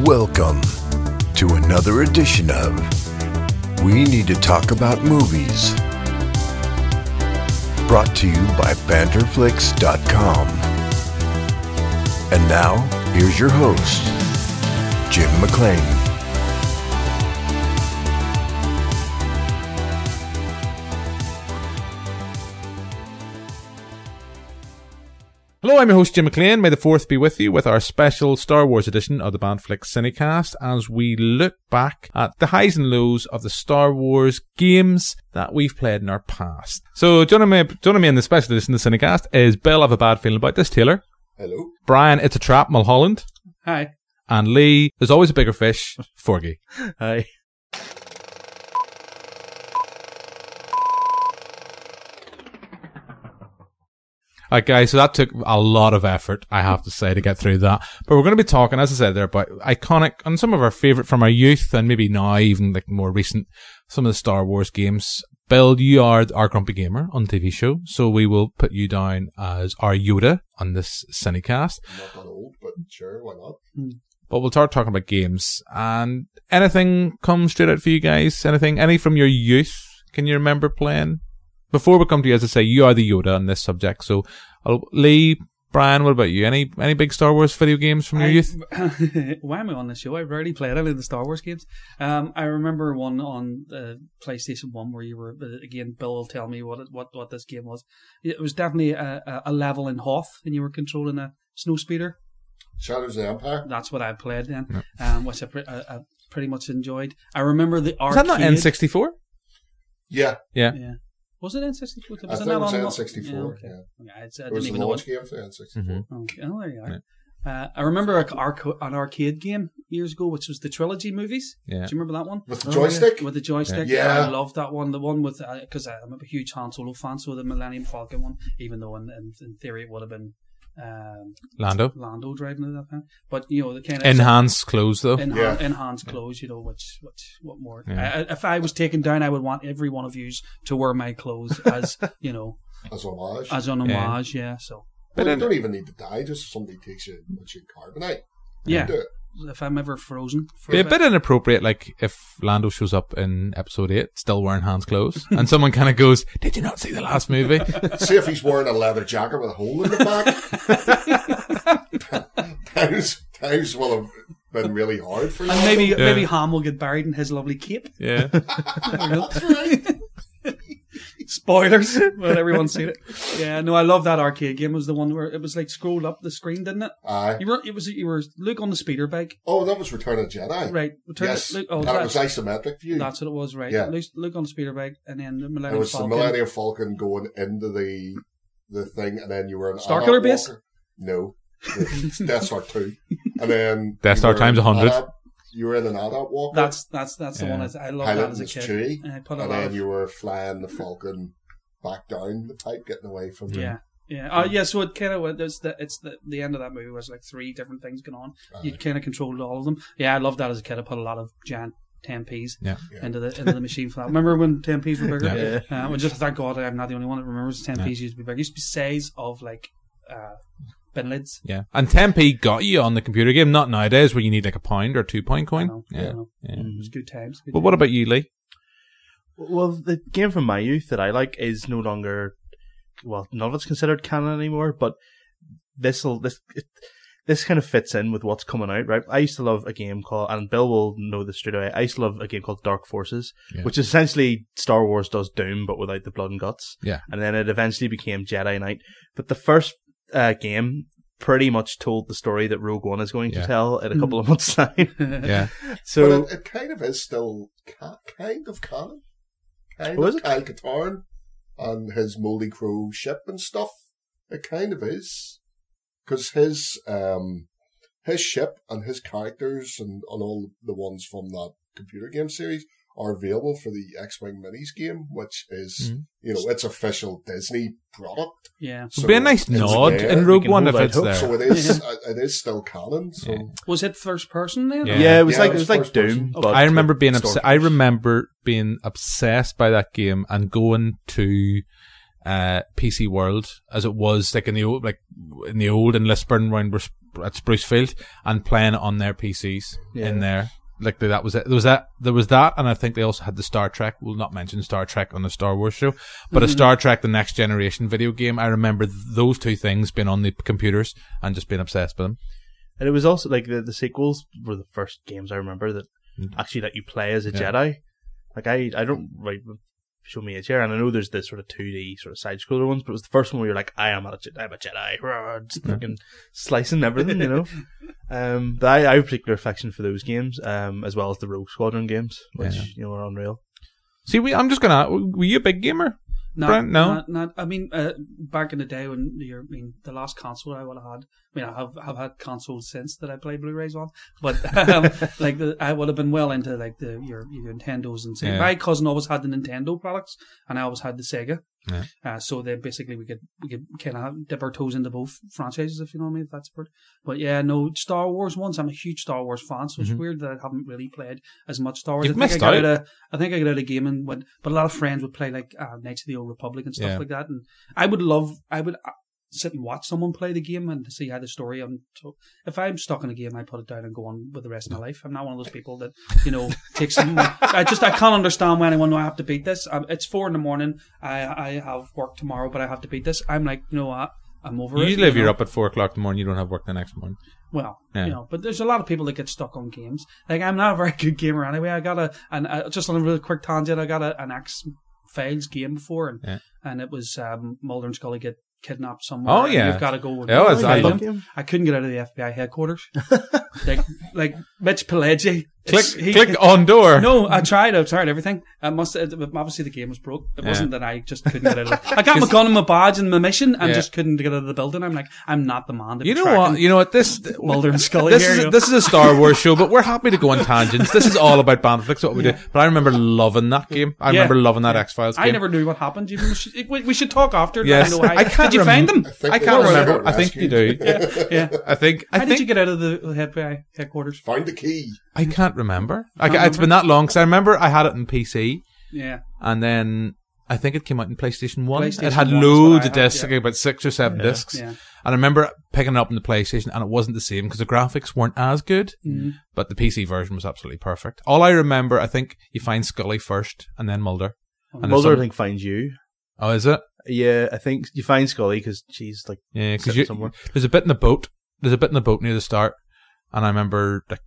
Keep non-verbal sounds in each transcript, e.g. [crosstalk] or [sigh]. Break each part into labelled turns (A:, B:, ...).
A: Welcome to another edition of We Need to Talk About Movies. Brought to you by banterflix.com. And now, here's your host, Jim McLean.
B: Hello, I'm your host Jim McLean. May the fourth be with you with our special Star Wars edition of the Bandflix Cinecast as we look back at the highs and lows of the Star Wars games that we've played in our past. So joining me, joining me in the special edition of the Cinecast is Bill. I have a bad feeling about this. Taylor,
C: Hello.
B: Brian, it's a trap. Mulholland
D: Hi.
B: and Lee. There's always a bigger fish. Forgy.
D: [laughs] Hi.
B: All right, guys, so that took a lot of effort, I have to say, to get through that. But we're going to be talking, as I said there, about iconic and some of our favorite from our youth and maybe now, even like more recent, some of the Star Wars games. Bill, you are our grumpy gamer on the TV show, so we will put you down as our Yoda on this cinecast.
C: Not that old, but sure, why not?
B: But we'll start talking about games and anything come straight out for you guys. Anything, any from your youth? Can you remember playing? Before we come to you, as I say, you are the Yoda on this subject. So, I'll, Lee, Brian, what about you? Any any big Star Wars video games from your youth?
D: [laughs] Why am I on the show? I rarely played any of the Star Wars games. Um, I remember one on uh, PlayStation One where you were uh, again. Bill will tell me what it, what what this game was. It was definitely a, a, a level in Hoth, and you were controlling a snow speeder.
C: Shadows of the Empire.
D: That's what I played then, um, which I, pre- I, I pretty much enjoyed. I remember the
B: Is
D: arcade.
B: that not N sixty four?
C: Yeah,
B: Yeah.
D: Yeah. Was it N sixty four?
C: I think it was N64. Yeah,
D: it's, I
C: It
D: didn't
C: was the
D: even know what
C: launch game for N64.
B: Mhm.
D: Okay. Oh, there you are. Uh, I remember a, arco- an arcade game years ago, which was the trilogy movies.
B: Yeah.
D: Do you remember that one? Oh,
C: With the joystick?
D: With the joystick.
C: Yeah.
D: I loved that one. The one with, because I'm a huge Han Solo fan, so the Millennium Falcon one, even though in, in, in theory it would have been um,
B: Lando.
D: Lando driving it at that time. But, you know, the kind of.
B: Enhanced clothes though.
D: Enhan-
C: Yeah.
D: Enhanced clothes, you know, which, which, what more?
B: Yeah.
D: I- I- if I was taken down, I would want every one of you to wear my clothes
C: [laughs]
D: as, you know,
C: As homage.
D: as an
B: Yeah.
D: homage, yeah so.
B: But
C: Well, you
B: then-
C: don't even need to die, just somebody takes you and puts you in carbonite. You
D: Yeah.
C: Do it.
D: if I'm ever frozen. For
B: Be a bit inappropriate, like if Lando shows up in episode eight, still wearing Han's clothes, and someone kind of goes, "Did you not see the last movie?" [laughs]
C: See if he's wearing a leather jacket with a hole in the back. [laughs] times, times will have been really hard for you.
D: [laughs] And maybe
B: Yeah.
D: maybe Ham will get buried in his lovely cape.
B: yeah.
C: That's right.
D: [laughs] Spoilers, but everyone's seen it. Yeah, no, I love that arcade game. It was the one where it was like scroll up the screen, didn't it?
C: Aye.
D: You were it was you were Luke on the speeder bike,
C: Oh, that was Return of the Jedi.
D: right? Return
C: yes.
D: Luke, oh,
C: and it
D: that's,
C: was isometric view.
D: that's what it was, right?
C: Yeah.
D: Luke, Luke on the speeder bike, and then the
C: It
D: Millennium
C: was
D: Falcon.
C: the Millennium Falcon going into the the thing, and then you were an
D: Starkiller base?
C: No, Death Star two, and then
B: [laughs] Death
C: you
B: Star
C: were
B: times
C: an
B: 100.
C: Adab- You were in an Adap Walker.
D: That's that's that's the
B: Yeah.
D: one I, I love that
C: piloting
D: as a
C: was
D: kid.
C: Chewie,
D: And I put a
C: and
D: lot
C: then
D: of-
C: you were flying the Falcon back down the pipe, getting away from the-
D: Yeah. Yeah. Uh, yeah. So it kind of there's the it's the the end of that movie was like three different things going on. You kind of controlled all of them. Yeah, I loved that as a kid. I put a lot of giant 10p's
B: Yeah.
C: Yeah.
D: into the into the machine for that. Remember when 10p's were
B: Yeah.
D: bigger? Uh, well, just thank God I'm not the only one that remembers 10p's used to be bigger. It used to be size of like uh, bin lids.
B: Yeah, and 10p got you on the computer game. Not nowadays, where you need like a pound or two pound
D: You
B: coin.
D: know, Mm-hmm.
B: yeah.
D: You know.
B: yeah.
D: It was good times. Good
B: But what about you, Lee?
E: Well, the game from my youth that I like is no longer, well, none of it's considered canon anymore. But this will this it, this kind of fits in with what's coming out, right? I used to love a game called, and Bill will know this straight away. I used to love a game called Dark Forces,
B: Yeah.
E: which is essentially Star Wars does Doom, but without the blood and guts.
B: Yeah.
E: and then it eventually became Jedi Knight. But the first uh, game pretty much told the story that Rogue One is going
B: Yeah.
E: to tell in a
D: Mm.
E: couple of months' [laughs] time.
C: [laughs]
B: Yeah,
E: so
C: Hmm. but it, it kind of is still ca- kind of canon. Kind
E: Oh,
C: of
E: is it?
C: Kyle Katarn and his Moldy Crew ship and stuff. It kind of is. Because his, um, his ship and his characters and, and all the ones from that computer game series are available for the X Wing Minis game, which is,
B: Mhm.
C: you know, it's official Disney product.
D: Yeah.
B: It'd be a nice
C: it's
B: nod
C: there.
B: in Rogue
E: can
B: One if
E: hold out
B: it's
E: hope.
B: there.
C: So it is, it is still canon. So
B: Yeah.
D: Was it first person then?
B: Yeah.
E: yeah, it was
C: Yeah, it
E: like it
C: was
E: was, like
C: first person.
E: Doom. But
B: I remember
E: with
B: being
E: Star
B: obs-
E: Wars.
B: I remember being obsessed by that game and going to uh, PC World as it was like in the old, like in the old and Lisburn round where, at Sprucefield and playing on their PCs
E: Yeah.
B: in there. Like that was it. There was that. There was that, and I think they also had the Star Trek. We'll not mention Star Trek on the Star Wars show, but a Star Trek: The Next Generation video game. I remember th- those two things being on the computers and just being obsessed with them.
E: And it was also like the, the sequels were the first games I remember that actually let you play as a
B: Mm. Yeah.
E: Jedi. Like I, I don't right show me a chair, and I know there's the sort of two D sort of side scroller ones, but it was the first one where you're like, I am a Jedi, I'm a Jedi, [laughs] rah, just fucking slicing everything,
B: [laughs]
E: you know. um, but I, I have a particular affection for those games, um, as well as the Rogue Squadron games, which
B: Yeah.
E: you know are unreal.
B: See, we, I'm just gonna. Were you a big gamer?
D: Not,
B: Brent, no?
D: not, not- I mean, uh, back in the day when you're, I mean, the last console I would have had. I mean, I have have had consoles since that I play Blu-rays on, but [laughs] um, like the, I would have been well into like the your your Nintendos and Sega.
B: Yeah.
D: My cousin always had the Nintendo products, and I always had the Sega.
B: Yeah.
D: Uh, so then basically we could we could kind of dip our toes into both franchises, if you know what I mean. If that's the word. But yeah, no Star Wars ones. I'm a huge Star Wars fan, so
B: Mhm.
D: it's weird that I haven't really played as much Star Wars.
B: You've
D: I think
B: missed
D: I got uh,
B: out.
D: out of- I think I got out of game and went, but a lot of friends would play like uh, Knights of the Old Republic and stuff
B: Yeah.
D: like that. And I would love, I would uh, sit and watch someone play the game and see how the story. And so if I'm stuck in a game, I put it down and go on with the rest of my life. I'm not one of those people that you
B: [laughs]
D: know takes. Some, I just I can't understand why anyone. No, I have to beat this. Um, it's four in the morning. I I have work tomorrow, but I have to beat this. I'm like, you know what? I'm over.
B: You
D: it,
B: live.
D: you
B: You're
D: know?
B: up at four o'clock in the morning. You don't have work the next morning.
D: Well,
B: Yeah.
D: you know, but there's a lot of people that get stuck on games. Like I'm not a very [laughs] good gamer anyway. I got a an uh, just on a really quick tangent. I got a, an X Files game before, and
B: Yeah.
D: and it was um, Mulder and Scully get kidnapped somewhere.
B: Oh,
D: and
B: yeah.
D: you've got to go. and
B: Yeah, it's-
D: find
B: I
D: them.
B: love-
E: game.
D: I couldn't get out of the FBI
B: [laughs]
D: headquarters. like like Mitch Pileggi.
B: Click,
D: It's- he- [laughs]
B: click on door.
D: No, I tried. I tried everything. I must. it- Obviously, the game was broke. It
B: Yeah.
D: wasn't that I just couldn't get out. of
B: [laughs]
D: it. I got my gun and my badge and my mission, and
B: Yeah.
D: just couldn't get out of the building. I'm like, I'm not the man. To be
B: You know
D: tracking
B: what? You know what? This
D: [laughs] Mulder and Scully
B: This
D: here,
B: is
D: you know.
B: this is a Star
D: [laughs]
B: Wars show, but we're happy to go on tangents. This is all about Bantamflix, what we do. But I remember loving that game. I
D: Yeah.
B: remember loving that X Files game.
D: I never knew what happened. You should, we we should talk after. and
B: Yes.
D: let me know
B: [laughs]
D: how-
B: I can't
D: Did you find
B: remem-
D: them?
C: I think
B: I
C: they
B: can't
C: were
B: remember.
C: rescued.
B: I think you do.
D: [laughs] Yeah.
B: I think
D: How
B: I
D: did you
B: think
D: get out of the the FBI headquarters?
C: [laughs] Find the key.
B: I can't remember. I, it's been that long because I remember I had it in PC
D: Yeah.
B: and then I think it came out in PlayStation One.
D: PlayStation
B: it had
D: 1 is what
B: loads
D: I
B: of
D: had,
B: discs,
D: yeah.
B: like about six or seven discs.
D: Yeah.
B: And I remember picking it up on the PlayStation, and it wasn't the same because the graphics weren't as good.
D: Mm. Mm-hmm.
B: But the PC version was absolutely perfect. All I remember, I think you find Scully first, and then Mulder.
D: Oh,
B: And there's
E: Mulder, I
B: some-
E: think, finds you.
B: Oh, is it?
E: Yeah, I think you find Scully because she's like
B: Yeah, because
E: Sitting somewhere.
B: there's a bit in the boat. There's a bit in the boat near the start, and I remember like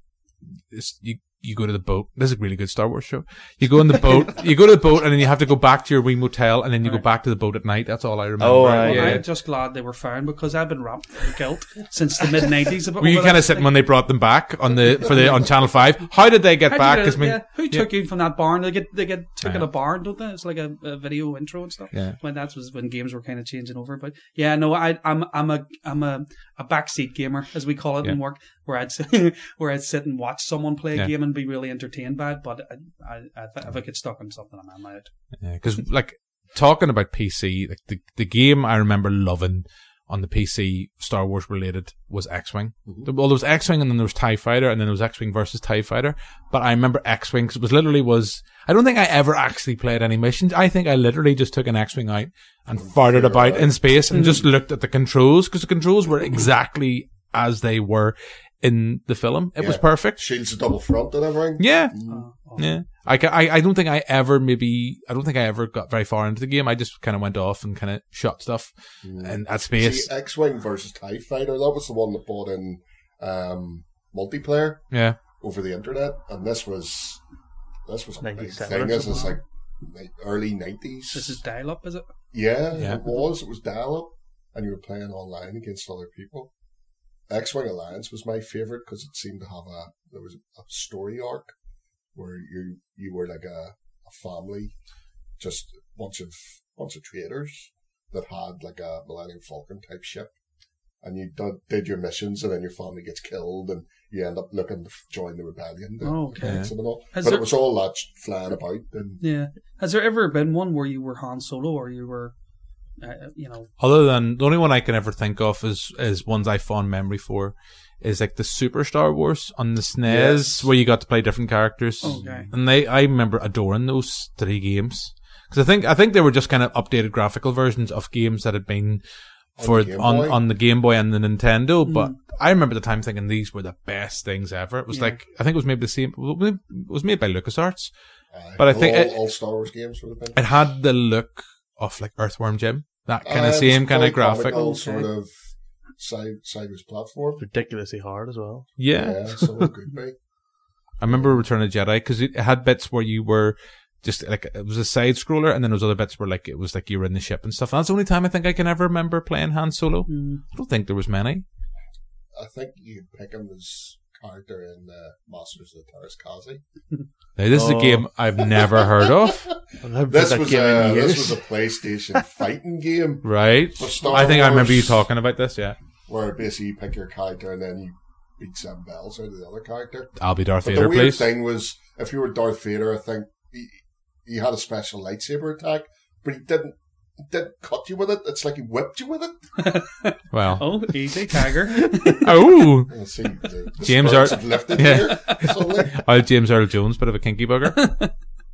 B: it's, you you go to the boat. This is a really good Star Wars show. You go in the [laughs] boat. you go to the boat, and then you have to go back to your wee motel, and then you go
D: Right.
B: back to the boat at night. That's all I remember.
E: Oh, right,
D: Well,
B: yeah.
D: I'm just glad they were found because I've been wrapped in guilt since the mid '90s.
B: Were you kind of sitting when they brought them back on the for the on Channel Five? How did they get back? 'Cause I mean,
D: Who
B: yeah.
D: took you from that barn? They get they get took in
B: Yeah.
D: a barn, don't they? It's like a, a video intro and stuff.
B: Yeah.
D: When that was when games were kind of changing over. But yeah, no, I I'm I'm a I'm a, a backseat gamer as we call it in
B: Yeah.
D: work, where I'd sit, [laughs] where I'd sit and watch someone play a
B: Yeah.
D: game and be really entertained by it. But I, I, I th- if I get stuck on something, I'm out.
B: because like talking about PC, like the the game I remember loving on the PC, Star Wars related, was X Wing. Well, there was X Wing, and then there was Tie Fighter, and then there was X Wing versus Tie Fighter. But I remember X Wing because it was literally was. I don't think I ever actually played any missions. I think I literally just took an X Wing out and farted about in space and just looked at the controls because the controls were exactly as they were in the film. It was
C: Yeah.
B: perfect.
C: Shields a double front and everything.
B: Yeah.
C: Mm.
D: Oh, oh.
B: Yeah. I, ca- I, I don't think I ever maybe, I don't think I ever got very far into the game. I just kind of went off and kind of shot stuff Uh, and at space.
C: See, uh, X Wing versus TIE Fighter, that was the one that bought in um, multiplayer
B: yeah.
C: over the internet. And this was this was a big
E: 97
C: thing.
E: or
C: This is
E: something.
C: like ni- early 90s.
D: This is dial up, is it?
C: yeah,
B: Yeah.
C: it was. It was dial up. And you were playing online against other people. X Wing Alliance was my favorite because it seemed to have a there was a story arc where you you were like a, a family, just a bunch of bunch of traders that had like a Millennium Falcon type ship, and you did, did your missions, and then your family gets killed, and you end up looking to f- join the rebellion. to
D: Oh, okay.
C: fight them and all.
D: Has
C: But
D: there-
C: it was all that sh- flying about, and
D: Yeah. Has there ever been one where you were Han Solo or you were, uh, you know?
B: Other than the only one I can ever think of is, is ones I fond memory for is like the Super Star Wars on the SNES
E: Yes.
B: where you got to play different characters.
D: Okay.
B: And they, I remember adoring those three games. Cause I think, I think they were just kind of updated graphical versions of games that had been
C: On
B: for
C: the Game
B: on,
C: Boy.
B: on the Game Boy and the Nintendo, but I remember the time thinking these were the best things ever. It was
D: Yeah.
B: like I think it was maybe the same. It was made by LucasArts.
C: Aye.
B: but I
C: Well,
B: think
C: uh, all,
B: it-
C: all Star Wars games would have been.
B: It had the look of like Earthworm Jim, that kind of
C: Aye, Uh, it was
B: same kind
C: very
B: of graphic.
C: comical
D: Okay.
C: sort of side sideways platform.
E: ridiculously hard as well.
B: Yeah.
C: Yeah, so it could be.
B: I remember Return of the Jedi because it had bits where you were just like it was a side scroller, and then there was other bits where like it was like you were in the ship and stuff. And that's the only time I think I can ever remember playing Han Solo.
D: Mm.
B: I don't think there was many.
C: I think you could pick him as character in uh, Masters of the Terrace Kazi.
B: Now this is a
E: Oh.
B: game I've never heard of,
C: This was, a, this was a PlayStation fighting game
B: right?
C: For Star
B: I think I remember you
C: Wars.
B: talking about this. Yeah,
C: where basically you pick your character and then you beat seven bells out of the other character.
B: I'll be Darth
C: But the
B: Vader,
C: weird
B: please.
C: thing was, if you were Darth Vader, I think he, he had a special lightsaber attack, but he didn't he didn't cut you with it. It's like he whipped you with it.
B: Well,
D: Oh, easy,
B: [laughs]
D: Tiger.
B: oh,
C: I [laughs] see the, the
B: James
C: spirits
B: Ar-
C: have lifted
B: Yeah.
C: here. suddenly.
B: oh, James Earl Jones, bit of a kinky bugger.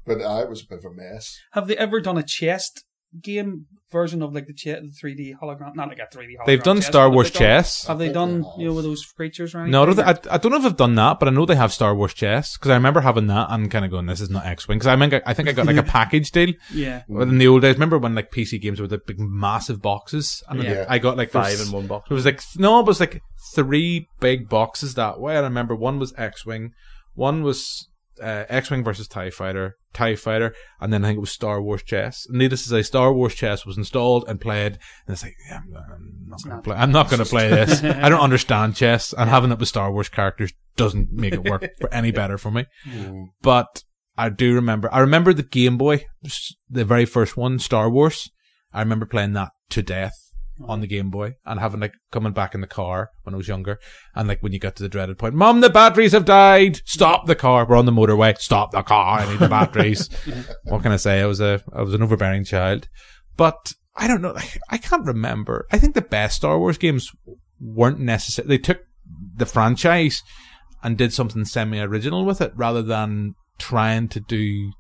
C: But I was a bit of a mess.
D: Have they ever done a chest game version of like the che- the 3D hologram? Not like a 3D hologram.
B: They've done
D: chess,
B: Star
D: but
B: Wars
D: have they done-
B: chess.
D: Have they
C: think
D: done
C: they have.
D: you know with those creatures or anything?
B: No, I, don't thi- I, I don't know if they've done that, but I know they have Star Wars chess because I remember having that and kind of going, "This is not X-wing." Because I think I think I got like a package deal.
D: yeah.
B: Well, in the old days, remember when like PC games were the big massive boxes, and then
C: Yeah.
B: I got like
E: five
B: those-
E: in one box.
B: It was like th- no, it was like three big boxes that way. I remember one was X Wing, one was uh, X Wing versus Tie Fighter, Tie Fighter, and then I think it was Star Wars Chess. And needless to say, Star Wars Chess was installed and played, and it's like yeah, I'm, I'm not gonna
D: not-
B: play. I'm not gonna play this. I don't understand chess, and having it with Star Wars characters doesn't make it work for any better for me
C: Mm.
B: but I do remember. I remember the Game Boy, s- the very first one, Star Wars. I remember playing that to death on the Game Boy and having like coming back in the car when I was younger and like when you got to the dreaded point, Mom, the batteries have died. Stop the car. We're on the motorway. Stop the car. I need the batteries. what can I say? I was a I was an overbearing child, but I don't know. Like, I can't remember. I think the best Star Wars games weren't necessary. They took the franchise and did something semi-original with it rather than trying to do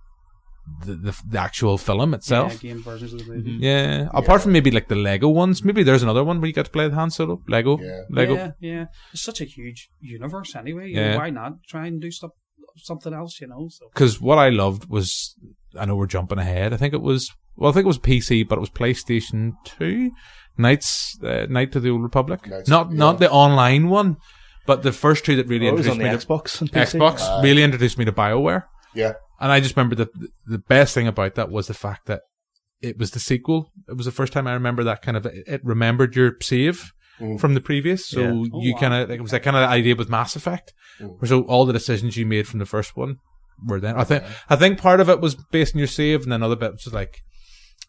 B: the the, the actual film itself. Mm-hmm.
D: Yeah, game versions of the movie.
B: Yeah. Apart from maybe like the Lego ones, maybe there's another one where you got to play the Han Solo. Lego.
C: Yeah.
B: Lego.
D: Yeah, yeah. It's such a huge universe anyway. you know,
B: Yeah.
D: why not try and do stuff, something else? You know. So
B: Because what I loved was, I know we're jumping ahead. I think it was, well, I think it was PC, but it was PlayStation Two, Knights, uh, Knight to the Old Republic.
C: Knights-
B: not
C: yeah.
B: not the online one, but the first two that really
E: Oh, it was
B: introduced
E: on the
B: me to
E: Xbox. And PC.
B: Xbox
C: Uh,
B: really introduced me to Bioware.
C: Yeah.
B: And I just remember that the best thing about that was the fact that it was the sequel. It was the first time I remember that kind of it remembered your save
C: Mm.
B: from the previous. So
E: Yeah.
D: Oh,
B: you
D: wow.
B: kind of like, it was that kind of idea with Mass Effect.
C: Mm.
B: where So all the decisions you made from the first one were then. I think I think part of it was based on your save, and another bit was like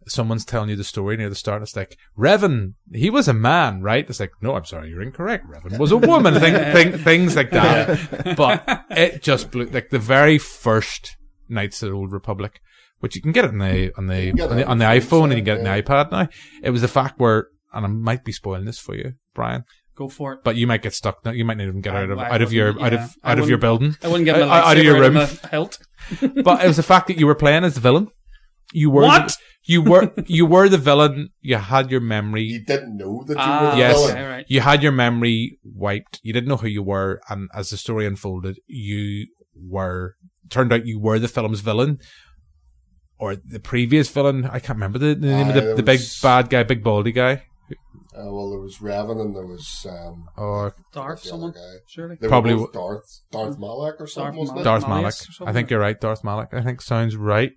B: someone's telling you the story near the start. And it's like Revan, he was a man, right? It's like, no, I'm sorry, you're incorrect. Revan was a woman.
D: [laughs]
B: thing, thing, things like that. But it just blew like the very first Knights of the Old Republic, which you can get it on the on the
C: can get
B: on
C: it
B: the,
C: on
B: on the
C: the
B: iPhone and
C: phone,
B: you can get it on
C: yeah.
B: the iPad now. It was the fact where, and I might be spoiling this for you, Brian,
D: go for it.
B: but you might get stuck. No, you might not even get
D: I-
B: out of
D: I
B: out of your
D: wouldn't,
B: out
D: yeah.
B: of
D: I
B: out of your
D: wouldn't-
B: building. [laughs]
D: I wouldn't get my
B: Out- out of your
D: lightsaber
B: room.
D: out of my
B: [laughs]
D: hilt.
B: But it was the fact that you were playing as the villain. You were
D: What?
B: The, you were you were the villain. You had your memory
C: You didn't know that you were
D: Ah,
C: the
B: Yes.
C: villain.
D: okay, right.
B: you had your memory wiped. You didn't know who you were, and as the story unfolded, you were turned out you were the film's villain, or the previous villain. I can't remember the, the name of
C: Aye,
B: the,
C: it
B: the big
C: was-
B: bad guy, big baldy guy.
C: Uh, well, there was Revan and there was um,
B: Or
D: Darth,
C: the other
D: someone
C: guy.
D: surely.
C: They
B: Probably
C: were both Darth Darth Malak or something,
D: Darth
C: wasn't
D: Malak.
C: it?
B: Darth
D: Malleus or
B: Malak.
D: something.
B: I think you're right, Darth Malak. I think sounds right.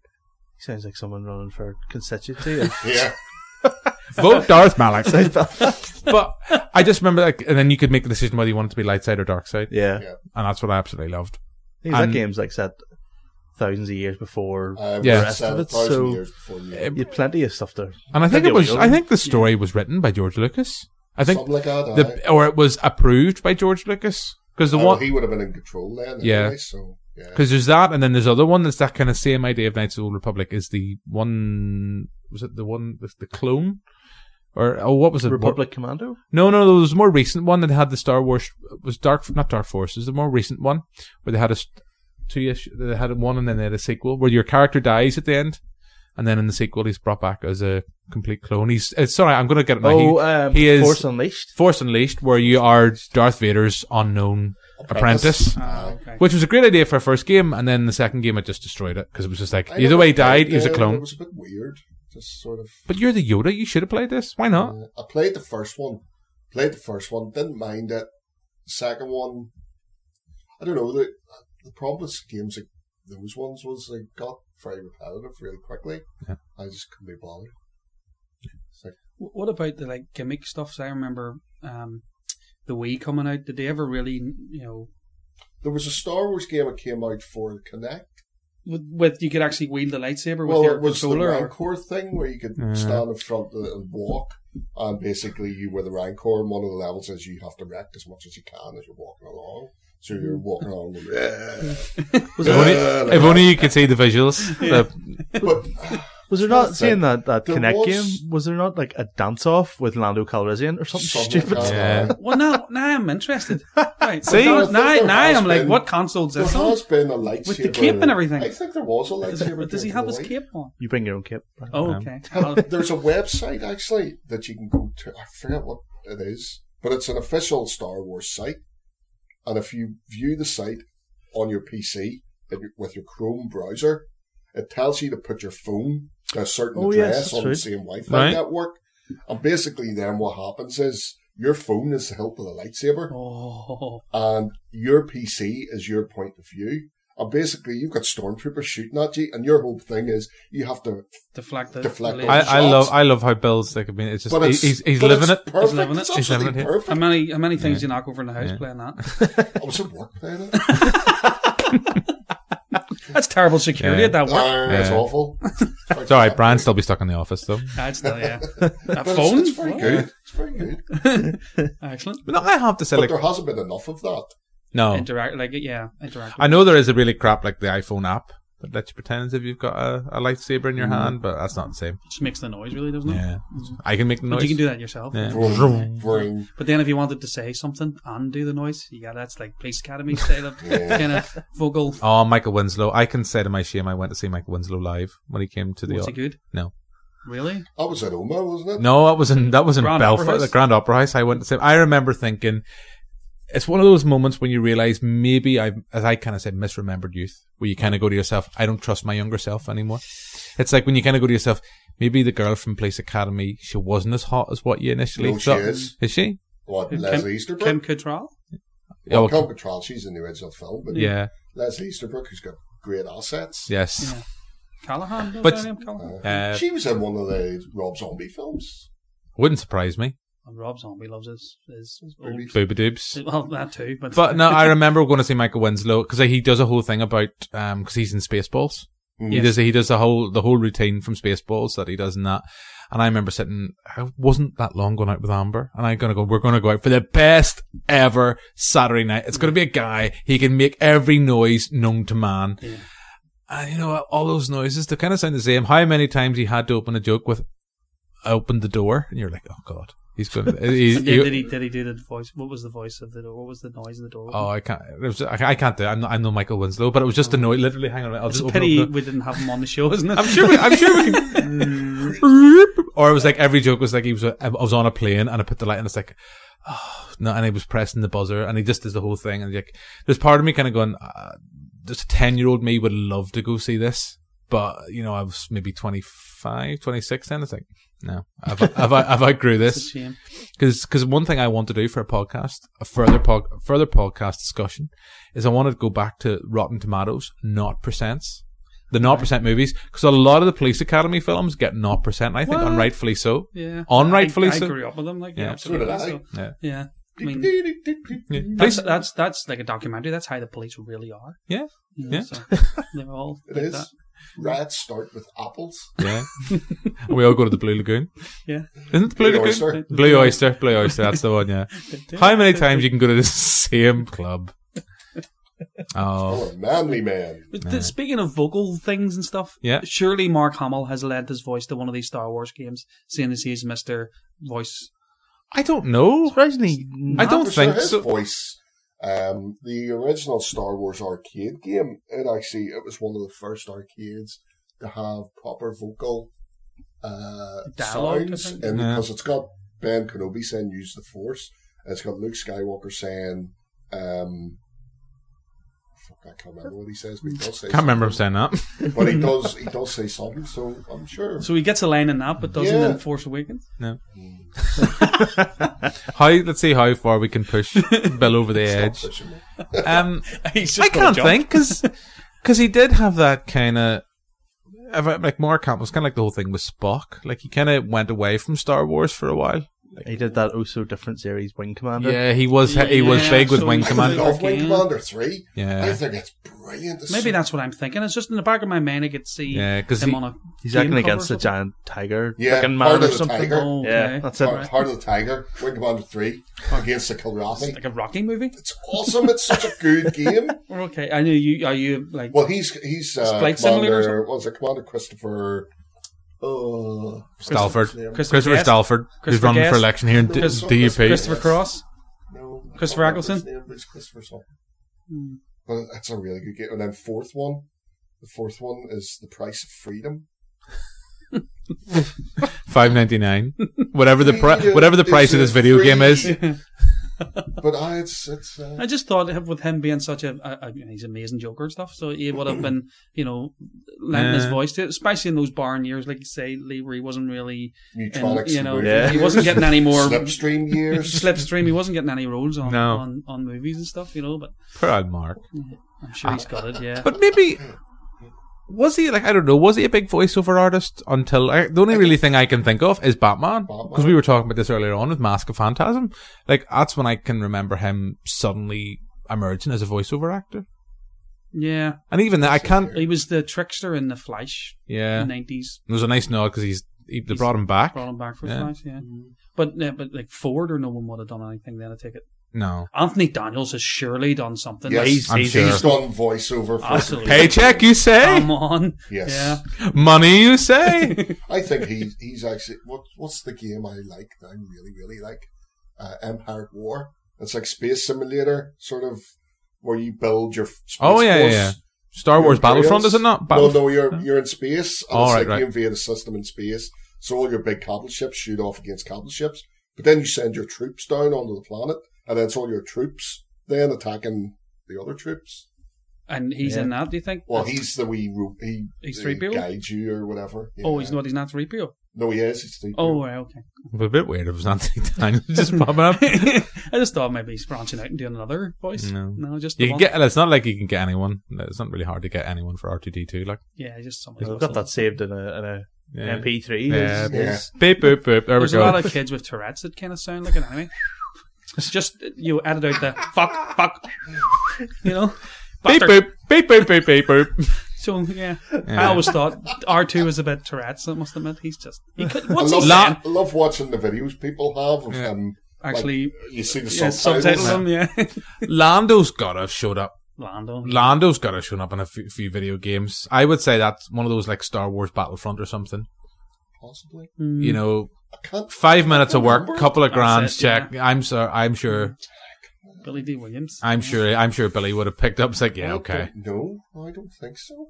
E: Sounds like someone running for constituency. [laughs] in
C: Yeah,
B: Vote Darth Malak.
E: South Belfast.
B: but I just remember, like, and then you could make the decision whether you wanted to be light side or dark side,
E: yeah,
C: Yeah.
B: and that's what I absolutely loved.
E: These
B: And-
E: that game's like set thousands of years before.
C: I
B: Yeah.
C: Uh,
B: um,
C: was said
E: Rest of
C: a
E: it,
C: thousand
E: so-
C: years before you.
E: you had plenty of stuff there.
B: And I think
E: Plenty
B: it
E: of
B: was.
E: wiggle
B: I think the story was written by George Lucas. I think
C: something like that. aye.
B: the, or it was approved by George Lucas because the
C: Oh,
B: one
C: he would have been in control then.
B: Yeah.
C: Anyway, so yeah.
B: because there's that and then there's other one that's that kind of same idea of Knights of the Old Republic is the one was it the one the, the clone or oh what was it
E: Republic Commando.
B: no no there was a more recent one that had the Star Wars it was Dark not Dark Forces the more recent one where they had a s- two issue they had one and then they had a sequel where your character dies at the end and then in the sequel he's brought back as a complete clone. He's uh, sorry, I'm going to get it now. He-
E: oh, um,
B: he is-
E: Force Unleashed.
B: Force Unleashed, where you are Darth Vader's unknown apprentice.
D: Ah,
C: Uh,
D: okay.
B: Which was a great idea for a first game, and then the second game I just destroyed it because it was just like
C: I
B: either
C: never
B: way he
C: played
B: died, he was a
C: the-
B: clone.
C: It was a bit weird. Just sort of.
B: But you're the Yoda. You should have played this. Why not?
C: Uh, I played the first one. Played the first one. Didn't mind it. Second one. I don't know. The, the problem with games like those ones was they got very repetitive really quickly.
B: Yeah.
C: I just couldn't be bothered. It's like,
D: Wh- What about the like gimmick stuff? So I remember um, the Wii coming out. Did they ever really, you know,
C: there was a Star Wars game that came out for the Kinect.
D: with, with you could actually wield the lightsaber with
C: Well,
D: your
C: it was the
D: controller? or-
C: Rancor thing where you could
B: Yeah.
C: stand in front of it and walk, and basically you were the Rancor, and one of the levels is you have to wreck as much as you can as you're walking along. So you're walking
B: [laughs]
C: along. going, "Yeah."
E: Was
B: If
E: there,
B: only,
C: Yeah.
B: if only you could see the visuals.
C: [laughs]
B: The-
C: But
E: was there not seeing that that
C: There
E: Connect
C: was-
E: game? Was there not like a dance off with Lando Calrissian or something,
D: uh,
C: something
E: stupid?
C: like that,
B: Yeah.
D: [laughs] well, now, now I'm interested. Right.
B: See?
D: now,
C: I think
D: now,
C: there
D: now
C: has
D: I'm like,
C: been-
D: what console's
C: There
D: this on?
C: has been a lightsaber.
D: With the cape and everything.
C: I think there was a
D: Is-
C: lightsaber.
D: Does he
C: game
D: have
C: for
D: his
C: the Wii.
D: cape on?
E: You bring your own kit.
D: Oh,
B: Um,
D: okay.
C: And
D: I'll-
C: There's a website actually that you can go to. I forget what it is, but it's an official Star Wars site. And if you view the site on your PC and with your Chrome browser, it tells you to put your phone to a certain
E: Oh, yes,
C: address
E: that's
C: on the
E: right.
C: same Wi-Fi
B: Right.
C: network. And basically, then what happens is your phone is the hilt of the lightsaber.
D: oh,
C: and your PC is your point of view. And basically, you've got stormtroopers shooting at you, and your whole thing is you have to.
D: deflect the
C: Deflect
D: the
C: the-
B: I,
D: laser.
B: I love I love how Bill's like. I mean, it's just
C: But it's,
B: he- he's he's
C: but
B: living
C: it's
B: it.
C: Perfect.
D: living it.
C: It's
B: He's
C: absolutely
B: living it.
D: How
C: perfect.
D: many how many things
B: Yeah.
D: you knock over in the house
B: Yeah.
D: playing that?
C: I was at work playing it. [laughs] Ah,
D: That's terrible security
B: Yeah.
D: at that work.
C: [laughs] It's
B: Yeah.
C: awful.
B: [laughs] It's all right. Brian's still be stuck in the office though.
D: That's the yeah. That
C: But it's-
D: phone.
C: It's, very good. It's very good.
D: [laughs] Excellent.
B: But no, I have to say,
C: But
B: like,
C: there hasn't been enough of that.
B: no,
D: Interact like yeah. Interact.
B: Oh. I know there is a really crap like the iPhone app that lets you pretend as if you've got a, a lightsaber in your
C: Mm-hmm.
B: hand, but that's not the same.
D: Just makes the noise really, doesn't it?
B: Yeah, I can make the
D: But
B: noise.
D: you can do that yourself.
B: Yeah.
C: Vroom, vroom.
D: But then if you wanted to say something and do the noise, you got that's like police academy style
C: [laughs]
D: of kind of vocal.
B: Oh, Michael Winslow! I can say to my shame, I went to see Michael Winslow live when he came to the.
D: Was he good?
B: No,
D: Really?
C: That was at Oma, wasn't it?
B: no, that was in that was in
D: Grand
B: Belfast,
D: Opera House?
B: the Grand Opera House. I went to see. I remember thinking, it's one of those moments when you realize maybe I, as I kind of said, misremembered youth, where you kind of go to yourself, I don't trust my younger self anymore. It's like when you kind of go to yourself, maybe the girl from Police Academy, she wasn't as hot as what you initially
C: No, she
B: thought.
C: is.
B: Is she?
C: What,
D: Kim-
C: Leslie Easterbrook?
D: Kim Cattrall?
B: Oh,
C: well,
B: okay.
C: Kim Cattrall, she's in the original film, but
B: yeah.
C: Leslie Easterbrook, who's got great assets.
B: Yes.
D: Yeah. Callahan? Was
B: But-
D: her name Callahan?
C: Uh-huh.
B: Uh,
C: she was in one of the Rob Zombie films.
B: Wouldn't surprise me.
D: And Rob Zombie loves his, his
B: Oh,
D: old.
C: Boobies.
B: Booba doobs.
D: [laughs] Well, that too. But,
B: But no,
D: [laughs]
B: I remember going to see Michael Winslow because he does a whole thing about um because he's in Spaceballs. He
C: Mm.
B: does he does the whole the whole routine from Spaceballs that he does in that. And I remember sitting. I wasn't that long going out with Amber, and I'm gonna go. We're gonna go out for the best ever Saturday night. It's gonna be a guy. He can make every noise known to man.
D: Yeah.
B: And you know what? all those noises. They kind of sound the same. How many times he had to open a joke with "I opened the door," and you're like, "Oh God, he's gonna." he-
D: did,
B: he-
D: did he did he do the voice? What was the voice of the door? What was the noise of the door?
B: Oh, I can't. It was, I, I can't do. It. I'm not. I'm no Michael Winslow, but it was just a noise. Literally, hang on. a minute, I'll
D: Oh. it's
B: just
D: a
B: open
D: pity
B: up. The,
D: we didn't have him on the show, isn't it?
B: I'm sure. We, I'm sure we can. or it was like every joke was like he was. uh, I was on a plane and I put the light and it's like. Oh, no, and he was pressing the buzzer, and he just does the whole thing. And like, there's part of me kind of going, uh, "There's a ten-year-old me would love to go see this, but you know, I was maybe 25, 26 then. It's like, no, I've, I've, I've outgrew
D: [laughs] It's a
B: this.
D: shame.
B: Because one thing I want to do for a podcast, a further pod, further podcast discussion, is I want to go back to Rotten Tomatoes, not percents, the not percent movies, because a lot of the Police Academy films get not percent. I think
D: What?
B: unrightfully so.
D: Yeah.
B: Unrightfully
D: I, I
B: so.
D: grew up with them. Like,
B: Yeah.
D: yeah, absolutely.
C: So did I.
D: So,
B: Yeah.
D: yeah. I mean,
B: Yeah.
D: Mm-hmm. That's,
B: Police,
D: uh, that's that's like a documentary. That's how the police really are.
B: Yeah.
D: You know,
B: Yeah.
D: [laughs] so they're all
C: It
D: like
C: is.
D: that.
C: Rats start with apples.
B: yeah. [laughs] we all go to the Blue Lagoon.
D: Yeah.
B: Isn't it the Blue,
C: Blue
B: Lagoon?
C: Oyster.
B: Blue Oyster. Blue Oyster. That's the one. Yeah. How many times you can go to the same club? Oh,
C: Oh, a manly man.
D: But th- Speaking of vocal things and stuff,
B: Yeah.
D: surely Mark Hamill has lent his voice to one of these Star Wars games, seeing as he's Mister Voice.
B: I don't know.
E: Surprisingly,
B: I don't
C: But
B: think
C: sure, his
B: so.
C: voice. Um, the original Star Wars arcade game. It actually it was one of the first arcades to have proper vocal uh,
D: Dialogue, I
C: sounds
D: think.
C: in
B: Yeah.
C: because it's got Ben Kenobi saying use the force. It's got Luke Skywalker saying um fuck I can't remember what he says, but he does say
B: Can't remember him
C: something.
B: saying that. [laughs]
C: But he does he does say something, so I'm sure.
D: So he gets a line in that, but doesn't
C: Yeah.
D: in Force Awakens.
B: How? Let's see how far we can push Bill over the edge.
C: Stop pushing me.
B: Um,
D: He's just
B: I
D: gonna
B: can't
D: jump.
B: think because he did have that kind of. Like Mark Hamill was kind of like the whole thing with Spock. Like he kind of went away from Star Wars for a while.
E: He did that also different series Wing Commander.
B: Yeah, he was he was
D: Yeah,
B: big with
D: so
B: Wing
D: he's
B: [laughs]
C: I
D: Commander
B: Command.
C: love Wing
D: Arcane.
C: Commander three. I
B: Yeah,
C: think it's brilliant. It's
D: Maybe that's what I'm thinking. It's just in the back of my mind. I could see
B: yeah, because
D: him on a.
E: He's
D: game
E: acting
D: cover
E: against
D: or
E: a giant tiger,
C: Yeah,
E: looking
C: part
E: man or
C: of the
E: something.
C: tiger.
D: something. Oh, okay.
E: Yeah, that's it.
C: Heart, Heart of the Tiger, Wing Commander three against the
D: It's
C: Kilrathi.
D: like a Rocky movie.
C: It's awesome. It's such a
D: [laughs]
C: good game.
D: Okay, I knew you. Are you like?
C: Well, he's he's uh,
D: Flight Simulator or
C: Commander. What was it, Commander Christopher? Uh,
B: Stalford,
C: Christopher-
B: Christopher,
D: Christopher
B: Stalford, who's
D: Christopher
B: running for
D: Guest.
B: election here in D-
C: Chris-
B: DUP.
D: Christopher Cross.
C: no, I
D: Christopher
C: can't remember his
D: Eccleston?
C: name, but it's Christopher something.
D: Hmm.
C: But that's a really good game. And then fourth one, the fourth one is the price of freedom.
B: Five ninety nine, whatever the pri-
C: [laughs] Freedom
B: whatever the
C: is
B: price of
C: a
B: this video
C: free-
B: game is.
D: [laughs]
C: But I, it's it's uh,
D: I just thought of- with him being such a, a, a he's amazing Joker and stuff, so he would have been, [clears throat] you know, lending his
B: Yeah.
D: voice to, it, especially in those barn years, like you say, Lee, where he wasn't really, in,
C: neutronics.
D: you know,
C: movie
E: Yeah.
D: he wasn't
C: years,
D: getting any more [laughs]
C: slipstream years.
D: slipstream. He wasn't getting any roles on,
B: No.
D: on on movies and stuff, you know. But
B: Poor old Mark.
D: I'm sure he's got
B: Ah.
D: it. Yeah,
B: But maybe was he like I don't know? Was he a big voiceover artist until I, the only really thing I can think of is Batman?
C: Batman.
B: Because we were talking about this earlier on with Mask of Phantasm. Like that's when I can remember him suddenly emerging as a voiceover actor.
D: yeah,
B: And even that, I can't.
D: he was the trickster in the Flash,
B: Yeah, it
D: nineties.
B: was a nice nod because he's he, they
D: He's-
B: brought him back.
D: Brought him back for
B: Yeah.
D: Flash, yeah.
C: Mm-hmm.
D: But yeah, but like Ford or no one would have done anything then. I take it.
B: No,
D: Anthony Daniels has surely done something.
C: Yes,
D: Like,
E: he's-
B: I'm
E: he's-
B: sure.
C: He's done voiceover for
D: Absolutely.
B: Paycheck, you say?
D: Come on.
C: [laughs] Yes.
D: Yeah.
B: Money, you say?
C: I think he he's actually what what's the game I like that I really really like uh, Empire at War. It's like space simulator sort of where you build your f- space
B: Oh, yeah,
C: force.
B: yeah, yeah. Star
C: Your
B: Wars Battlefront, is
C: Imperials.
B: it not?
C: No,
B: Battlef-
C: no, you're you're in space. And
B: All
C: it's
B: right,
C: like
B: right.
C: you invade a system in space, so all your big capital ships shoot off against capital ships. But then you send your troops down onto the planet, and then it's all your troops then attacking the other troops.
D: And he's
E: Yeah.
D: in that, do you think?
C: Well, he's the wee ro- he
D: He's
C: he
D: 3PO?
C: guides you or whatever.
D: Oh, he's
C: Yeah.
D: not. He's not three PO.
C: No, he is. He's three.
D: Oh, right, okay.
B: It'd be a bit weird if it was [laughs] Anthony Daniels
D: [laughs]
B: just popping up.
D: I just thought maybe he's branching out and doing another voice.
B: No.
D: just the
B: You can
D: one.
B: get. It's not like you can get anyone. No, It's not really hard to get anyone for R two D two. Like
D: yeah, just something.
E: I've got that saved in a, in a
B: yeah.
E: MP3.
B: Yeah.
E: His-
C: Yeah.
E: his-
B: Beep boop boop. There we
D: There's a lot
B: go.
D: of kids with Tourette's that kind of sound like an anime. It's just uh, you added out the fuck, fuck, you know.
B: Beep
D: Bastard.
B: boop beep boop beep beep boop. [laughs]
D: So yeah. I
B: Yeah.
D: always thought R two was a bit Tourette's. I must admit, he's just he could,
C: I
D: what's he
C: love,
D: saying?
C: I love watching the videos people have of
B: Yeah.
C: him.
D: Actually,
C: You see the
D: yeah,
C: subtitles.
D: subtitles him. Yeah, [laughs]
B: Lando's gotta have showed up.
D: Lando.
B: Lando's gotta have shown up in a few, few video games. I would say that's one of those like Star Wars Battlefront or something.
C: Possibly.
D: Mm.
B: You know,
C: I can't.
B: five minutes of work,
C: Remember?
B: couple of grands
D: That's it,
B: check.
D: yeah.
B: I'm sure. I'm sure.
D: Billy D. Williams.
B: I'm sure. I'm sure Billy would have picked up. It's like, yeah, okay.
C: No, I don't think so.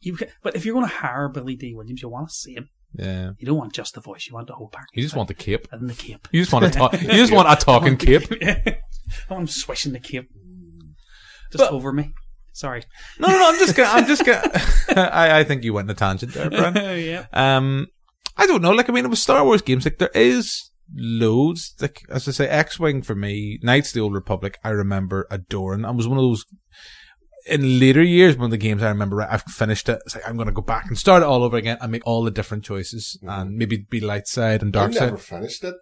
D: You, ca- but if you're going to hire Billy D. Williams, you want to see him.
B: Yeah.
D: You don't want just the voice. You want the whole package.
B: You just want the cape.
D: and the cape.
B: You just want a ta- You [laughs] just want a talking
D: [laughs]
B: cape.
D: I want him Oh, swishing the cape just
B: But-
D: over me.
B: [laughs]
D: Sorry.
B: No, no, no, I'm just gonna, I'm just gonna, [laughs] I, I think you went on a tangent there, Brian.
D: yeah.
B: Um, I don't know, like, I mean, it was Star Wars games, like, there is loads, like, as I say, X-Wing for me, Knights of the Old Republic, I remember adoring, and was one of those, in later years, one of the games I remember, right, I've finished it, it's like, I'm gonna go back and start it all over again and make all the different choices, and maybe be light side and dark
C: I never
B: side.
C: finished it.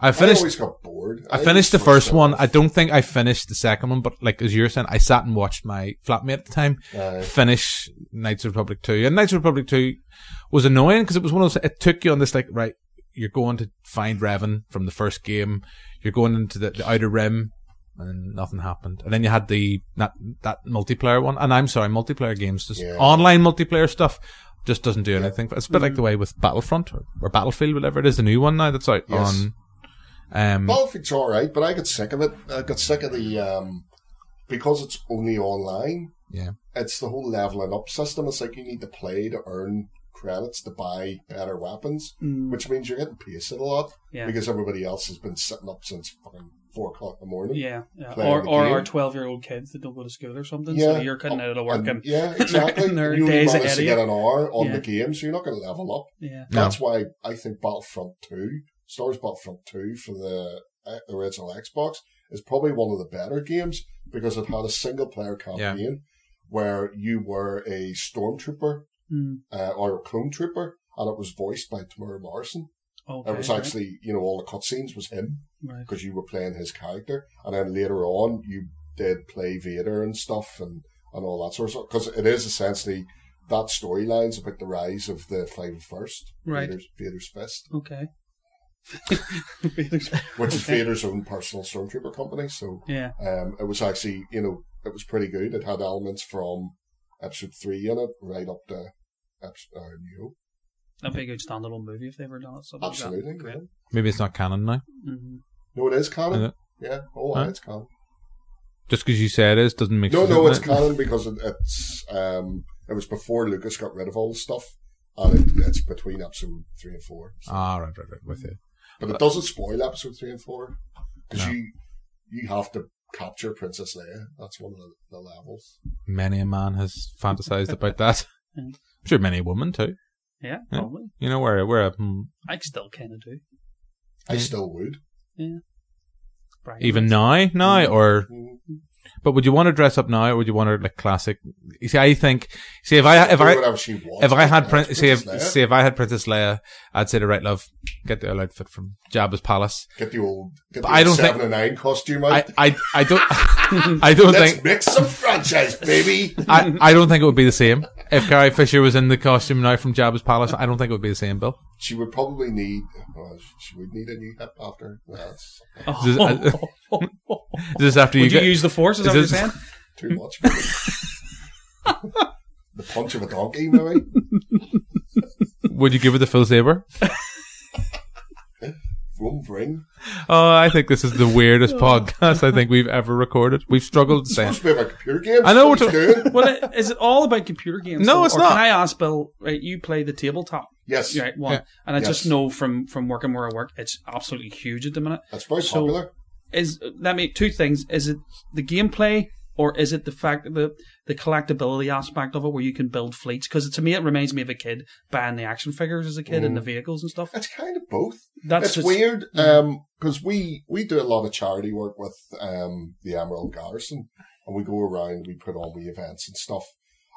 B: I
C: I
B: finished,
C: always got bored.
B: I finished the first
C: it
B: one.
C: off.
B: I don't think I finished the second one, but like as you were saying, I sat and watched my flatmate at the time
C: Aye.
B: finish Knights of the Republic 2. And Knights of the Republic 2 was annoying because it was one of those, it took you on this like, right, you're going to find Revan from the first game. You're going into the, the outer rim and nothing happened. And then you had the, that, that multiplayer one. And I'm sorry, multiplayer games, just
C: Yeah. Mm-hmm.
B: online multiplayer stuff just doesn't do anything. It's a bit like the way with Battlefront or, or Battlefield, whatever it is, the new one now that's out
C: Yes.
B: on, um,
C: Battlefield's all right, but I got sick of it. I got sick of the um because it's only online.
B: Yeah.
C: It's the whole leveling up system. It's like you need to play to earn credits to buy better weapons,
D: Mm.
C: which means you're getting paced a lot
D: Yeah.
C: because everybody else has been sitting up since fucking four o'clock in the morning.
D: yeah, yeah.
C: playing
D: or
C: the
D: or
C: game.
D: our twelve year old kids that don't go to school or something. So
C: Yeah. Oh,
D: you're cutting out of the work.
C: And-
D: And,
C: yeah,
D: [laughs]
C: exactly.
D: and they're
C: you only
D: days
C: manage
D: ahead
C: to
D: of
C: get
D: you.
C: an hour on
D: Yeah.
C: the game, so you're not going to level up.
D: yeah,
B: No.
C: That's why I think Battlefront 2, Star Wars Battlefront 2 for the uh, original Xbox is probably one of the better games because it had a single player campaign where you were a stormtrooper
D: Mm.
C: uh, or a clone trooper and it was voiced by Tamara Morrison.
D: okay,
C: it was
D: right,
C: actually, you know, all the cutscenes was him
D: right.
C: because you were playing his character. And then later on, you did play Vader and stuff and, and all that sort of stuff. Because it is essentially that storyline's about the rise of the 501st,
D: Right.
C: Vader's, Vader's Fist,
D: Okay.
C: [laughs] which is
D: Okay.
C: Vader's own personal stormtrooper company. So
D: yeah,
C: um, it was actually, you know, it was pretty good. It had elements from episode three in it right up to episode uh, New Hope.
D: that'd be a good standalone movie if they ever done it. something like that.
C: Absolutely.
D: Great.
C: yeah.
B: Maybe it's not canon now.
D: Mhm.
C: No, it is
B: Is
C: canon.
B: it?
C: Yeah. Oh,
B: Huh?
C: aye, it's canon.
B: Just because you say it is doesn't make
C: No,
B: sense.
C: no,
B: does
C: it's
B: it?
C: canon because it, it's um, it was before Lucas got rid of all the stuff, and it, it's between episode three and four. So-
B: Ah, right, right, right. With you.
C: but it doesn't spoil episode three and four because
B: No.
C: you you have to capture Princess Leia. That's one of the, the levels.
B: Many a man has fantasized about that.
D: Mm.
B: I'm sure many women too.
D: Yeah,
B: Yeah.
D: probably.
B: You know, we're, we're a, mm,
D: I still kind of do.
C: I
B: Yeah.
C: still would.
D: Brian
B: even
D: does.
B: now, now,
C: Mm.
B: or
C: Mm.
B: but would you want to dress up now, or would you want to like classic? You see, I think, see, if I if
C: Do
B: I
C: whatever she wants,
B: if I had
C: Yeah,
B: Prin- see if
C: Leia.
B: see if I had Princess Leia, I'd say to right love, get the old outfit from Jabba's palace.
C: get the old get the
B: But I
C: old
B: don't
C: seven
B: think-
C: and nine costume out.
B: I I, I don't I don't [laughs]
C: Let's
B: think
C: mix
B: [laughs]
C: some franchise, baby.
B: I, I don't think it would be the same if Carrie Fisher was in the costume now from Jabba's palace. I don't think it would be the same, Bill.
C: she would probably need. Well, she would need a new hip after. That's
D: [laughs]
B: Is this- Is this after you
D: Oh. Would you,
B: get?
D: use the force? Is that what you're
B: is
D: saying?
C: too much. the punch of a donkey, maybe.
B: would you give her the full saber?
C: Vroom vroom.
B: Oh, I think this is the
D: [laughs]
B: weirdest podcast I think we've ever recorded. We've struggled
C: It's
B: since.
C: supposed to be about computer games.
B: I know
C: What
B: what
C: are you doing.
D: Well, it, is it all about computer games?
B: No,
D: though?
B: it's
D: or
B: not.
D: Can I ask Bill? Right, you play the tabletop
C: Yes,
D: right one,
B: Yeah.
D: and I
C: Yes.
D: just know from from working where I work, it's absolutely huge at the minute.
C: that's very
D: So-
C: popular.
D: Is that mean two things? Is it the gameplay, or is it the fact that the the collectability aspect of it, where you can build fleets? Because to me, it reminds me of a kid buying the action figures as a kid and the vehicles and stuff.
C: It's kind of both.
D: That's
C: it's
D: just-
C: Mm.
D: [laughs]
C: weird because we we do a lot of charity work with um, the Emerald Garrison, and we go around, we put on wee events and stuff,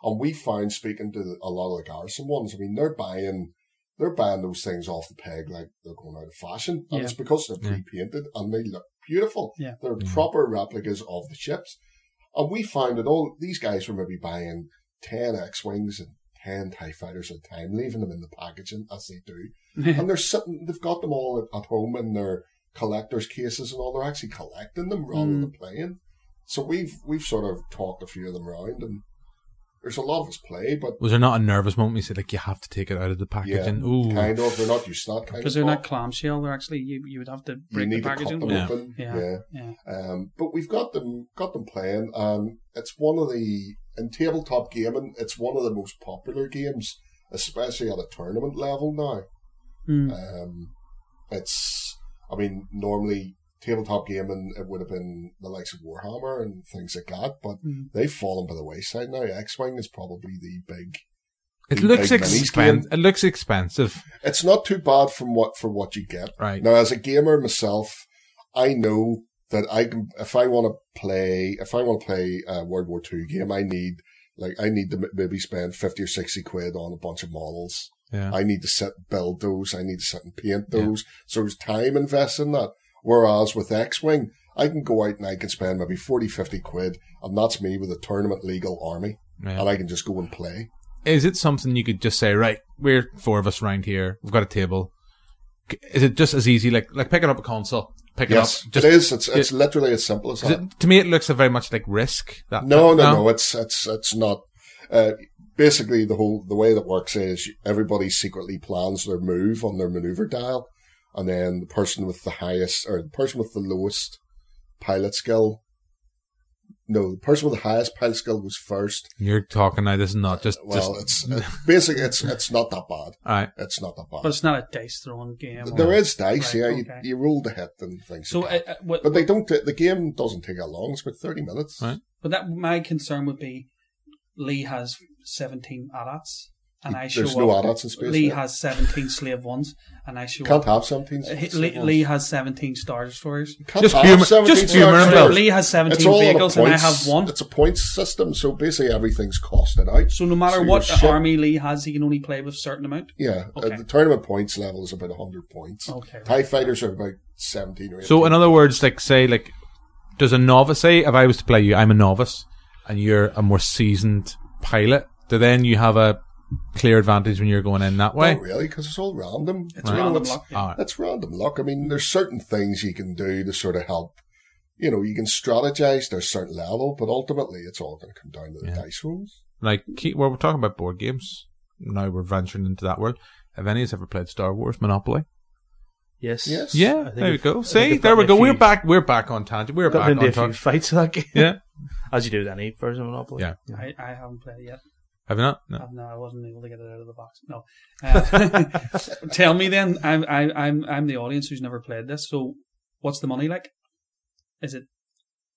C: and we find speaking to the- a lot of the Garrison ones. I mean, they're buying they're buying those things off the peg like they're going out of fashion, and
D: Yeah.
C: it's because they're
B: Yeah.
C: pre-painted and they look beautiful.
D: Yeah.
C: They're
B: Yeah.
C: proper replicas of the ships, and we find that all these guys were maybe buying ten X wings and. 10 TIE fighters at a time, leaving them in the packaging as they do and they're sitting, they've got them all at, at home in their collectors' cases and all. They're actually collecting them rather than playing. So we've we've sort of talked a few of them around, and there's a lot of us play, but
B: Was there not a nervous moment? You said like you have to take it out of the
C: yeah,
B: packaging. Ooh,
C: kind of. They're not used to that kind
D: Because
C: of
D: they're not
C: talk.
D: clamshell. They're actually you. You would have to
C: oh. You
D: break the
C: need to cut
D: packaging.
C: them
B: Yeah.
C: open.
D: Yeah.
C: yeah.
D: Yeah.
C: Um, but we've got them got them playing. Um, it's one of the in tabletop gaming. It's one of the most popular games, especially at a tournament level now.
D: Mm.
C: Um, it's, I mean, normally tabletop gaming it would have been the likes of Warhammer and things like that, but
D: Mm.
C: they've fallen by the wayside now. X Wing is probably the big.
B: it
C: the
B: looks
C: big minis
B: expensive.
C: game.
B: It looks expensive,
C: It's not too bad from what for what you get.
B: right?
C: Now, as a gamer myself, I know that I can if I want to play if I want to play a World War Two game, I need like I need to m- maybe spend fifty or sixty quid on a bunch of models.
B: Yeah.
C: I need to set build those. I need to sit and paint those. So there's time invested in that. Whereas with X Wing, I can go out and I can spend maybe 40, 50 quid, and that's me with a tournament legal army,
B: yeah.
C: and I can just go and play.
B: is it something you could just say, right? We're four of us round here. We've got a table. C- Is it just as easy, like like picking up a console, picking
C: yes,
B: up? Just,
C: it is. It's it's literally as simple as
B: 'cause
C: that.
B: it- to me, it looks very much like Risk. That
C: No,
B: that-
C: no, no. It's it's it's not. Uh, basically, the whole the way that works is everybody secretly plans their move on their maneuver dial, and then the person with the highest or the person with the lowest pilot skill No, the person with the highest pile skill was first.
B: You're talking now. This is not just.
C: Well,
D: [laughs]
B: just
C: it's, it's basically it's it's not that bad.
B: all right.
C: It's not that bad.
D: But it's not a dice throwing game. or-
C: there is dice,
D: Right,
C: yeah.
D: okay.
C: You, you roll the hit and things.
D: So,
C: like that.
D: uh, uh, what,
C: but they don't. ta- The game doesn't take that long. It's about thirty minutes.
B: Right.
D: but that my concern would be Lee has 17 adats, and I
C: There's
D: show
C: no
D: up.
C: adats in space.
D: Lee
C: there.
D: has 17 slave ones, and I show
C: can't
D: up.
C: have seventeen.
D: Uh, Lee, Lee has 17teen Star Destroyers.
C: Can't
B: Just
C: have
B: humor-
C: 17
B: just humor
C: stars
B: him,
C: there.
B: Bill.
D: Lee has 17
C: It's all on a
D: vehicles, and I
C: points-
D: have one.
C: It's a points system, so basically everything's costed out.
D: So no matter
C: So
D: what
C: your ship-
D: army Lee has, he can only play with a certain amount.
C: Yeah, uh,
D: Okay.
C: the tournament points level is about hundred points.
D: Okay, right.
C: Tie fighters are about seventeen or 18.
B: So in other words, like say, like does a novice say if I was to play you, I'm a novice, and you're a more seasoned pilot, do then you have a clear advantage when you're going in that way?
C: Not really, because it's all random. It's
D: random
C: it's,
D: luck,
B: yeah. Alright.
C: it's random luck. I mean, there's certain things you can do to sort of help. You know, you can strategize to a certain level, but ultimately it's all going to come down to the
B: Yeah.
C: dice rolls.
B: Like keep, well, we're talking about board games. Now we're venturing into that world. Have any of us ever played Star Wars Monopoly?
E: Yes.
C: Yes.
E: I
B: Yeah,
E: think
B: there we
E: I've- I
B: go.
E: think
B: See,
E: I've
B: there we
E: gotten
B: go.
E: a
B: We're
E: few-
B: back. We're back on tangent. We're
E: Got
B: back
E: into
B: on
E: a few
B: tangent.
E: fights of that game.
B: Yeah,
E: [laughs] As you do with any version of Monopoly.
B: Yeah.
D: I, I haven't played it yet.
B: have you not? No.
D: I've- Oh, No, I wasn't able to get it out of the box. No. Uh, [laughs] tell me then, I'm I, I'm I'm the audience who's never played this. So, what's the money like? Is it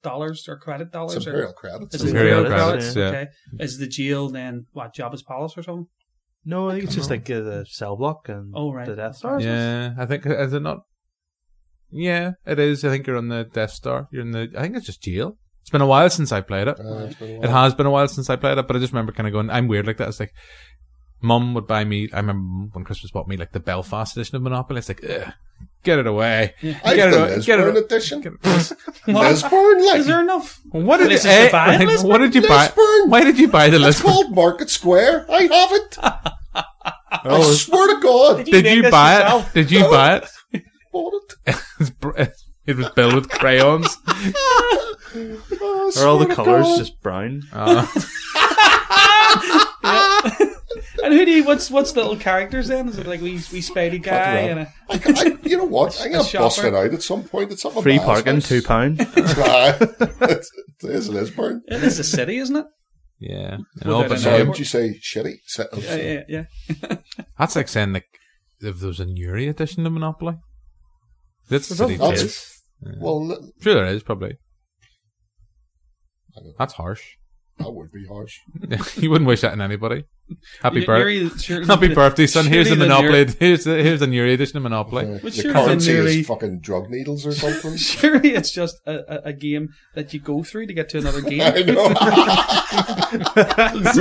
D: dollars or credit dollars?
C: It's
D: or-
C: imperial credits.
D: Is it
E: It's
D: [laughs]
B: Imperial
E: Imperial
B: credits.
E: credits,
B: Yeah.
D: Okay. Is the jail then what Jabba's palace or something?
E: No, I think it's just like uh, the cell block and
D: Oh, right.
E: the Death Star. isn't it?
B: Yeah, I think is it not? Yeah, it is. I think you're on the Death Star. You're in the. I think it's just jail. It's been a while since I played it.
C: Uh, it's been a
B: It
C: while.
B: has been a while since I played it, but I just remember kind of going, I'm weird like that. It's like, mum would buy me, I remember Mum when Christmas bought me like the Belfast edition of Monopoly. It's like, Ugh, get it away.
C: I've
B: get, it
C: done
B: away get it
C: Lisburn
B: away.
C: edition.
D: [laughs]
B: Get it-
C: Lisburn, like
D: Is there enough?
B: What did,
D: Places
B: eh,
D: to buy in
B: like,
D: Lisburn?
B: what did you buy?
C: Lisburn?
B: Why did you buy the
C: it's
B: list?
C: called Market Square. I have it. I swear to God,
B: Did
D: You made
B: you
D: this
B: buy
D: yourself?
B: it? Did you buy it?
C: bought it.
B: It's br- It was filled with
D: [laughs]
B: crayons.
C: I
E: Are all
C: swear
E: the
C: to
E: colours
C: God.
E: just brown?
B: Uh,
C: Ah!
D: [laughs] And who do you, what's what's the little characters then? Is it like we we Spidey guy
C: hell.
D: and a,
C: I, I, you know
D: [laughs]
C: what? I'm gonna bust
D: shopper.
C: it out at some point. It's
D: Oh,
C: something.
E: Free parking,
D: [laughs]
E: two pound.
C: [laughs] it is Lisburn.
D: it is a city, isn't it?
B: yeah. And
D: Well,
B: all
D: they
B: but
D: don't
C: Sorry,
D: know.
B: no-
C: did you say shitty? Sa- I'm
D: Yeah,
C: sorry.
D: yeah, yeah.
B: That's like saying like, if there was a Nuri edition of Monopoly. That's the city
C: That's-
B: too.
C: Well, that-
B: Sure, there is probably.
C: I don't know.
B: That's harsh. [laughs]
C: that would be harsh.
B: you wouldn't wish that on anybody. Happy
D: You-
B: birthday.
D: you're- sure-
B: [laughs] Happy birthday, son. Here's the
D: surely
B: Monopoly. [laughs] Here's the here's the new edition of Monopoly.
C: Uh,
D: Which
C: the
D: sure is a
C: currency
D: nearly-
C: is fucking drug needles or
D: [laughs]
C: something.
D: Surely it's just a, a, a game that you go through to get to another game.
C: I know.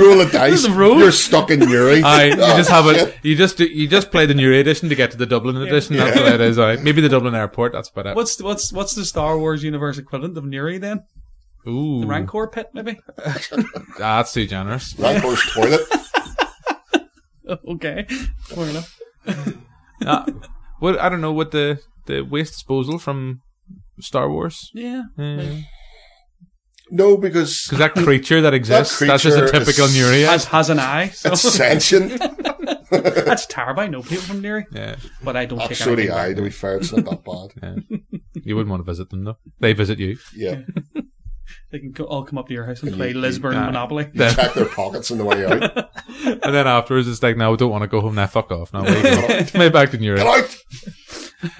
C: Roll of dice. You're stuck in Uri.
B: Aye,
C: [laughs]
B: you
C: Oh,
B: just have
C: shit.
B: it. You just do, you just play the new edition to get to the Dublin edition. That's what it is. Aye. Maybe the Dublin airport. That's about it.
D: What's the- what's what's the Star Wars universe equivalent of Nuri then?
B: Ooh,
D: The Rancor pit maybe? [laughs]
B: Ah, that's too generous.
C: Rancor's toilet.
D: okay, fair enough.
B: Ah, what I don't know what the the waste disposal from Star Wars.
D: Yeah,
B: Because [laughs]
C: No, because
B: that creature that exists, that's just a
C: creature
B: typical
C: is-
B: Nuri.
D: has has an eye. So
C: it's sentient.
D: that's terrible. I know people from Nuri,
B: Yeah,
D: but I don't take
C: so do
D: anything
C: I.
D: back.
C: To be fair, it's not that bad.
B: yeah. You wouldn't want to visit them though. They visit you. [laughs]
C: Yeah,
D: They can co- all come up to your house and
C: You-
D: play
C: you-
D: Lisburn
B: uh,
D: Monopoly.
B: Then-
C: check their pockets on the way out.
B: [laughs] And then afterwards, it's like, no, I don't want to go home now. Fuck off. Now,
C: [laughs]
B: way back to
C: Get
B: Europe.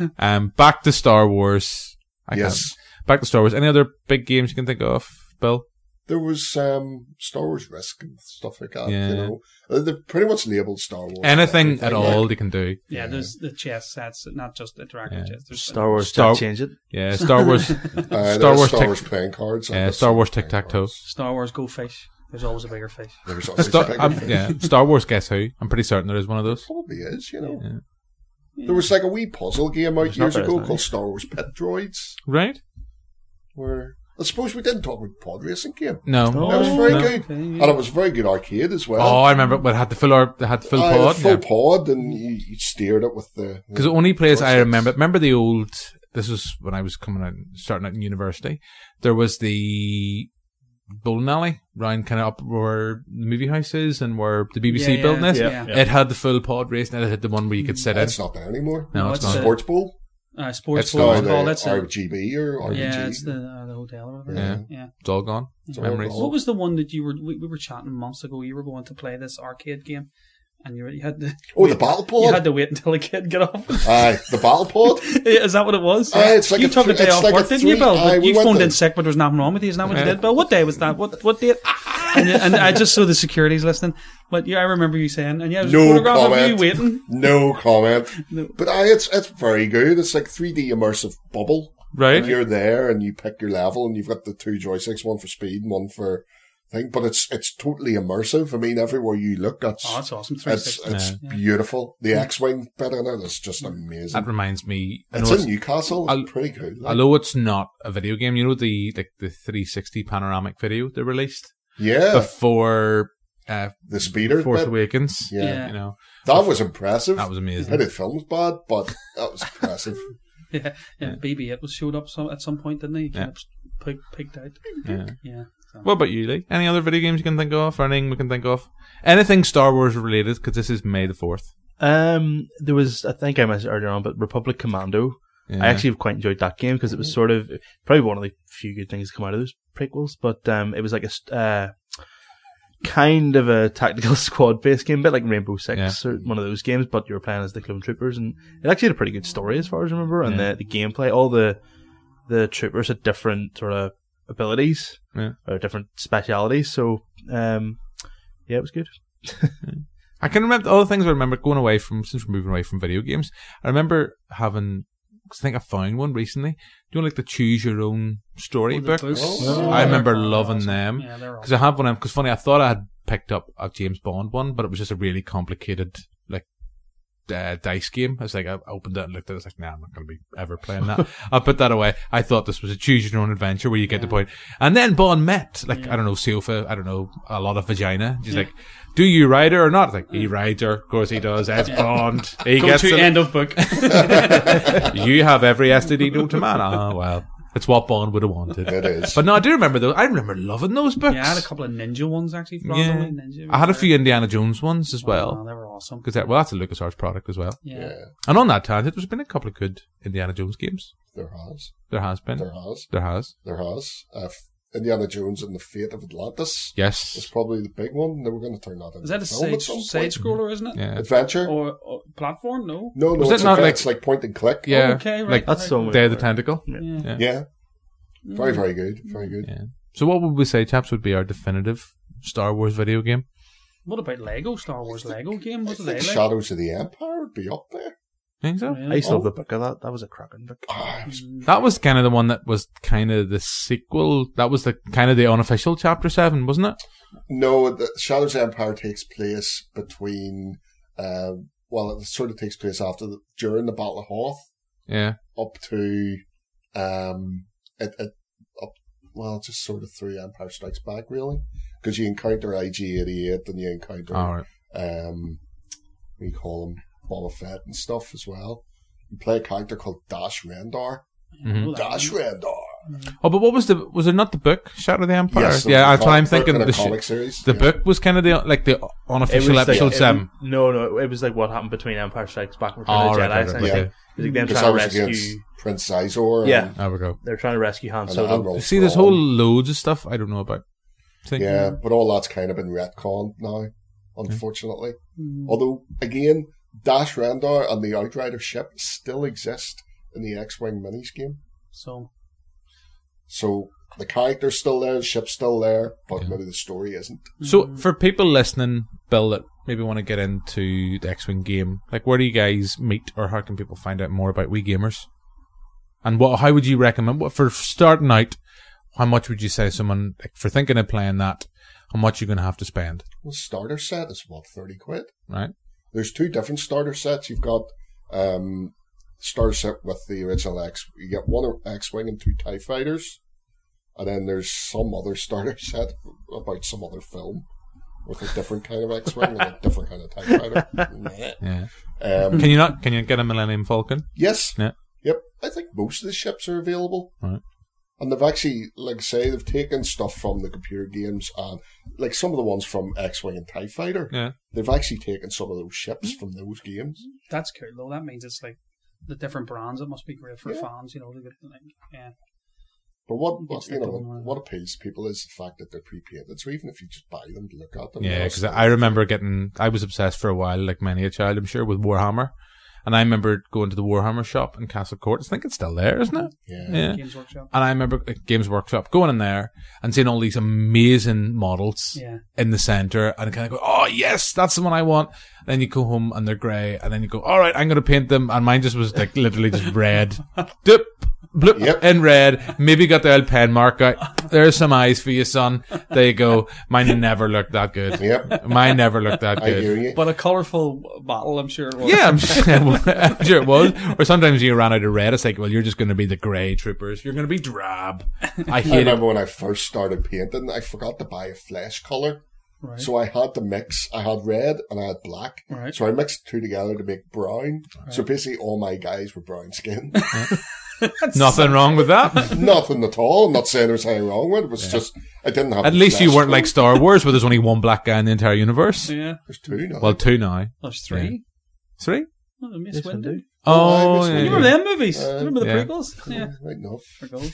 C: out.
B: Um, back to Star Wars. I
C: yes.
B: can't- Back to Star Wars. Any other big games you can think of, Bill?
C: there was um, Star Wars Risk and stuff like that.
B: Yeah.
C: You know, Uh, they pretty much labeled Star Wars
B: Anything at
C: everything,
B: all
C: like, uh,
B: you can do.
D: Yeah, there's the chess sets, not just interactive
B: Yeah.
D: chess. There's
E: Star Wars,
B: Star-
E: Star- change it.
C: [laughs]
B: Yeah, Star Wars.
C: uh, there
B: Star
C: was
B: Wars
C: Star
B: tic-
C: Wars playing cards.
B: Yeah,
C: I've got
B: Star
C: some
B: Wars
C: playing
B: tic-tac-toe.
C: cards.
D: Star Wars Go Fish. There's always a bigger fish.
C: There's always a
B: Star,
C: bigger
B: um,
C: thing.
B: yeah, Star Wars. Guess who? I'm pretty certain there is one of those.
C: Probably is, you know.
B: Yeah.
C: There was like a wee puzzle game out
E: There's not
C: years
E: very
C: ago
E: many.
C: called Star Wars Pet Droids,
B: Right?
C: where I suppose we didn't talk about pod racing game.
B: No.
E: No.
C: That was very
B: No.
C: good,
D: Oh, Okay,
C: and
D: yeah.
C: it was a very good arcade as well.
B: Oh, I remember. But it had the full. Or, it had the full
C: I Oh, had a
B: pod.
C: full pod, and you, you steered it with the
B: Because the only place I remember, remember the old. This was when I was coming out, starting out in university. There was the bowling alley round kind of up where the movie house is and where the BBC
D: yeah,
B: building is.
D: Yeah.
E: Yeah.
B: It had the full pod race and it had the one where you could sit in.
C: It's Mm. not there anymore.
B: No,
D: No,
B: it's
D: it's
B: not.
D: a-
C: Sports Bowl.
D: Uh, sports
B: It's
D: Floor
B: called
D: is
C: the
D: called. That's the,
C: RGB or RBG.
D: yeah, it's the, uh, the hotel or whatever.
B: Yeah.
D: yeah.
B: It's all gone.
D: It's
C: all
B: Memories.
C: gone.
D: What was the one that you were we, we were chatting months ago? You were going to play this arcade game, and you, you had to
C: oh, the battle
D: you
C: pod.
D: had to wait until the kid got off. [laughs]
C: Aye, the battle pod.
D: Is that what it was?
C: Aye, Uh, it's like
D: you
C: a
D: took a
C: three-
D: day
C: it's
D: off
C: like a
D: work, didn't you,
C: three-
D: Bill?
C: aye, we
D: you
C: went
D: phoned
C: there.
D: in sick, but there was nothing wrong with you. Is that what you
B: Yeah.
D: did, Bill? What day was that? What what
C: [laughs]
D: date?
C: Ah.
D: and, and I just saw the security's listening. But yeah, I remember you saying, and yeah, it was a
C: No
D: photograph of you
C: comment.
D: waiting.
C: No comment.
D: [laughs] No.
C: But aye, it's it's very good. It's like 3D immersive bubble.
B: Right?
C: You're there and you pick your level and you've got the two joysticks, one for speed and one for thing. But it's it's totally immersive. I mean, everywhere you look, that's uh,
D: Oh, that's awesome. Three
C: it's
D: sixty.
C: it's
B: Yeah.
C: beautiful. The X-wing bit in it is
D: Mm.
C: just amazing.
B: That reminds me. I know
C: It's
B: it's-
C: in Newcastle.
B: I'll-
C: It's pretty good. like.
B: Although it's not a video game, you know the the, the 360 panoramic video they released
C: yeah,
B: before uh,
C: the speeder
B: Force
C: bit.
B: Awakens.
C: Yeah.
D: Yeah.
B: you know
C: That was impressive.
B: that was
C: I
B: amazing.
C: did film's bad, but that
B: [laughs]
C: was impressive.
D: [laughs] Yeah, yeah. BB, it was showed up some at some point, didn't he?
B: Yeah.
D: Kind of pig, pigged out.
B: Yeah.
D: Yeah. So.
B: What about you, Lee? Any other video games you can think of? Or anything we can think of? Anything Star Wars related? Because this is May the fourth.
E: Um, there was I think I mentioned earlier on, but Republic Commando. I actually quite enjoyed that game because it
B: Mm-hmm.
E: was sort of probably one of the few good things to come out of those prequels. But um, it was like a st- uh, kind of a tactical [laughs] squad based game, a bit like Rainbow Six or one of those games. But you were playing as the clone troopers, and it actually had a pretty good story as far as I remember, and
B: Yeah.
E: the, the gameplay, all the the troopers had different sort of abilities
B: Yeah.
E: or different specialities. So um, yeah, it was good.
B: I can remember all the things I remember going away from since we're moving away from video games. I remember having. 'cause I think I found one recently. Do you know, like the choose your own story
D: Oh, the
B: book?
D: books.
C: Oh.
B: I remember
D: They're
B: loving
D: awesome.
B: them.
D: Yeah, they're
B: Because I have one of them. Because funny, I thought I had picked up a James Bond one, but it was just a really complicated like uh, dice game. I was like, I opened it and looked at it. I was like, nah, I'm not going to be ever playing that. [laughs] I put that away. I thought this was a choose your own adventure where you get the
D: Yeah.
B: point. And then Bond met, like,
D: Yeah.
B: I don't know, sofa, I don't know, a lot of vagina. She's like, do you ride her or not? Like, he rides her. Of course he does. That's
D: [laughs]
B: Bond. He
D: Go
B: gets
D: to
B: it.
D: end of
C: [laughs]
D: book.
B: [laughs] you have every STD known to man. Ah, well. It's what Bond would have
C: It
B: wanted.
C: is.
B: But no, I do remember those. I remember loving those books.
D: Yeah, I had a couple of ninja ones actually. For
B: Yeah.
D: randomly, ninja
B: I had a
D: was
B: few Indiana Jones ones as
D: there.
B: well.
D: Oh, they were awesome.
B: Because that, well, that's a LucasArts product as well.
D: Yeah.
C: yeah,
B: And on that tangent, there's been a couple of good Indiana Jones games.
C: there has,
B: There has been.
C: there
B: There, has.
C: has, there has. Uh, Indiana Jones and the Fate of Atlantis was
B: Yes.
C: probably the big one. They were going to turn that into
D: Is that a Oh.
C: film
D: side,
C: at some point.
D: side scroller, isn't it?
B: Yeah.
C: Adventure?
D: Or, or platform? No.
C: no,
B: Was
C: no,
B: that
C: it's,
B: not
C: like,
B: like-
C: it's like point and click.
B: Yeah.
D: Okay, right.
B: Like,
E: That's so
B: Day of the Tentacle.
D: Yeah.
B: Yeah.
C: Yeah, very,
D: Mm.
C: very good, very good.
B: Yeah. So what would we say, chaps, would be our definitive Star Wars video game?
D: What about Lego? Star Wars Lego game?
C: I
D: What did they
C: think
D: like?
C: Shadows of the Empire would be up there.
B: Think so?
E: I used to love
C: Oh.
E: the book of that. That was a cracking book.
C: Ah, it was-
D: Mm.
B: That was kind of the one that was kind of the sequel. That was the kind of the unofficial Chapter 7, wasn't it?
C: No, the Shadows of the Empire takes place between, uh, well, it sort of takes place after the, during the Battle of Hoth
B: Yeah.
C: up to, um, it, it, up, well, just sort of through Empire Strikes Back, really. Because you encounter IG-88 and you encounter
B: All right.
C: um, what do you call him, Boba Fett and stuff as well. You play a character called Dash Rendar.
D: I know that
C: Dash
D: one.
C: Rendar.
B: Mm-hmm. Oh, but what was the, was it not the book, Shadow of the Empire?
C: Yes,
B: yeah,
C: there's
B: that's
C: a
B: what I'm
C: comic book
B: thinking.
C: and
B: The,
C: a
B: sh-
C: comic series.
B: the
C: yeah.
B: book was kind of the, like the unofficial episode
E: like,
B: 7.
E: It, no, no, it was like what happened between Empire Strikes Back and Return
B: Oh,
E: of the
B: right,
E: Jedi.
B: right, right,
E: essentially.
C: yeah.
E: It was like them
C: Because
E: trying
C: I
E: to
C: was
E: rescue.
C: against Prince Izor.
E: Yeah.
B: There we go.
E: They're trying to rescue Han
C: And, and
E: Solo.
C: Admiral
B: See, there's
C: Thrawn.
B: whole loads of stuff I don't know about. Think-
C: Yeah, but all that's kind of been retconned now, unfortunately.
D: Mm.
C: Although, again, Dash Rendar and the Outrider ship still exist in the X-Wing minis game.
D: So,
C: So the character's still there, the ship's still there, but
B: Yeah.
C: maybe the story isn't.
B: So for people listening, Bill, that maybe want to get into the X-wing game, like where do you guys meet, or how can people find out more about We Gamers? And what? How would you recommend? What for starting out? How much would you say someone like, for thinking of playing that? How much you're going to have to spend,
C: Well, starter set is what thirty quid.
B: right?
C: There's two different starter sets. You've got um, starter set with the original X. You get one X-wing and two Tie Fighters, and then there's some other starter [laughs] set about some other film with a different kind of
B: [laughs]
C: X-wing and a different kind of Tie Fighter. Meh.
B: Yeah. [laughs]
C: um,
B: Can you not? Can you get a Millennium Falcon?
C: yes.
B: Yeah.
C: Yep. I think most of the ships are available.
B: Right.
C: And they've actually, like I say, they've taken stuff from the computer games and like some of the ones from X-wing and Tie Fighter.
B: Yeah. Hmm.
C: They've actually taken some of those ships from those games.
D: that's cool, though. That means it's like the different brands. It must be great for
C: Yeah.
D: fans, you know, to get like, yeah,
C: But what,
D: You
C: what
D: get
C: you know,
D: stuck in one
C: what,
D: of
C: what appeals to people is the fact that they're pre-painted. So even if you just buy them to look at them,
B: Yeah,
C: they'll
B: because
C: still-
B: I remember getting, I was obsessed for a while, like many a child, I'm sure, with Warhammer. And I remember going to the Warhammer shop in Castle Court. I think it's still there, isn't it?
C: yeah,
B: Yeah.
D: Games Workshop.
B: And I remember like, Games Workshop going in there and seeing all these amazing models
D: Yeah,
B: in the center and kind of go, oh, yes, that's the one I want. And then you go home and they're gray. And then you go, all right, I'm going to paint them. And mine just was like literally just red. Dip. Bloop,
C: Yep.
B: in red. Maybe got the old pen mark out. There's some eyes for you, son. There you go. Mine never looked that good.
C: Yep.
B: Mine never looked that
C: I
B: good.
C: hear you.
D: but a colourful battle, I'm sure it was.
B: Yeah, I'm [laughs] sure, I'm sure it was. Or sometimes you ran out of red. It's like, well, you're just going to be the grey troopers. You're going to be drab. I
C: I
B: hate it.
C: remember when I first started painting, I forgot to buy a flesh color,
D: right.
C: so I had to mix. I had red and I had black,
D: Right.
C: so I mixed the two together to make brown. So basically, all my guys were brown skinned.
B: Nothing wrong with that.
C: [laughs] Nothing at all. I'm not saying there was anything wrong with it. It was just I didn't have.
B: At
C: the
B: least you
C: flesh
B: weren't
C: color.
B: like Star Wars, where there's only one black guy in the entire universe.
D: yeah,
C: There's two now.
B: Well, two now.
D: there's three.
B: Three?
D: Oh, Miss
E: Yes, I
D: Windu.
E: do.
B: Oh,
C: I guess
B: yeah,
C: we-
D: You remember them movies?
C: Uh,
D: remember the
B: yeah.
D: prequels?
C: yeah,
D: Yeah,
C: right enough.
D: for gold.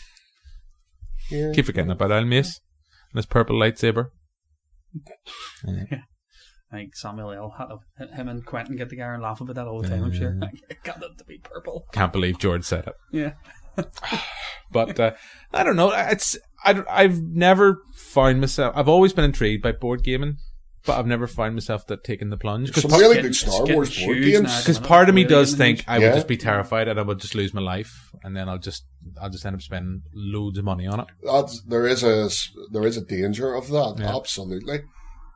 C: Yeah.
B: Keep forgetting about Al Mace and his purple lightsaber.
D: I think Samuel L. had him and Quentin get together and laugh about that all the time. I'm sure.
B: Uh.
D: [laughs] Got them to be purple.
B: Can't believe George said it.
D: Yeah,
B: But uh, [laughs] I don't know. It's I, I've never found myself. I've always been intrigued by board gaming, but I've never found myself that taking the plunge.
C: Some
B: Because
C: really
D: getting-
C: good Star
D: it's
C: Wars
D: getting
C: board
D: shoes now.
C: games.
B: because part of me does think I would
C: Yeah.
B: just be terrified and I would just lose my life, and then I'll just I'll just end up spending loads of money on it.
C: that's, there is a there is a danger of that
B: Yeah.
C: absolutely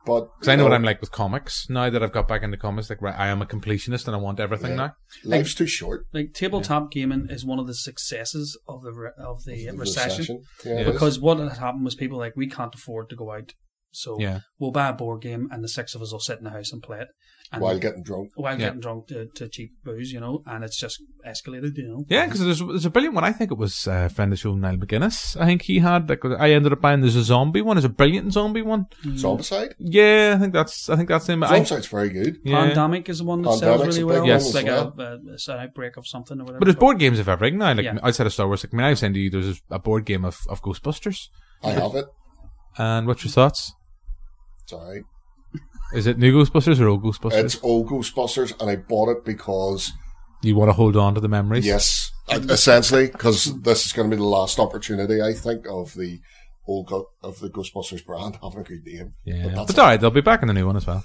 C: but
B: Because I know what I'm like with comics now that I've got back into comics. Like right, I am a completionist and I want everything
C: Yeah.
B: now.
C: life's too short
D: like tabletop gaming is one of the successes of the re- of the
C: The
D: recession.
C: Yeah,
B: Yeah.
C: it is.
D: Because what had happened was people like we can't afford to go out, so
B: Yeah,
D: we'll buy a board game and the six of us will sit in the house and play it. And
C: while getting drunk
D: while
B: Yeah.
D: getting drunk to, to cheap booze, you know, and it's just escalated, you know.
B: yeah. Because there's there's a brilliant one. I think it was uh, friend of the show Niall McGuinness. I think he had like I ended up buying. There's a zombie one. There's a brilliant zombie one.
D: Mm.
C: zombicide
B: Yeah, I think that's I think that's him. I,
C: zombicide's very good
B: yeah.
D: Pandemic is the one that sells
C: Pandemic's
D: really
C: a big
D: well.
B: one
D: It's
B: as
D: like
C: well.
D: a, a, it's an outbreak of something or whatever.
B: But there's board games of everything now. Like
D: Yeah.
B: outside of Star Wars, like I mean, I was saying to you, there's a board game of, of Ghostbusters.
C: I have it
B: And what's your thoughts?
C: it's alright
B: Is it new Ghostbusters or old Ghostbusters?
C: it's old Ghostbusters and I bought it because
B: you want to hold on to the memories.
C: yes uh, essentially because this is going to be the last opportunity I think of the old Go- of the Ghostbusters brand [laughs] having a good name
B: Yeah.
C: But
B: But,
C: that's
B: all right, they'll be back in the new one as
C: [laughs]
B: well.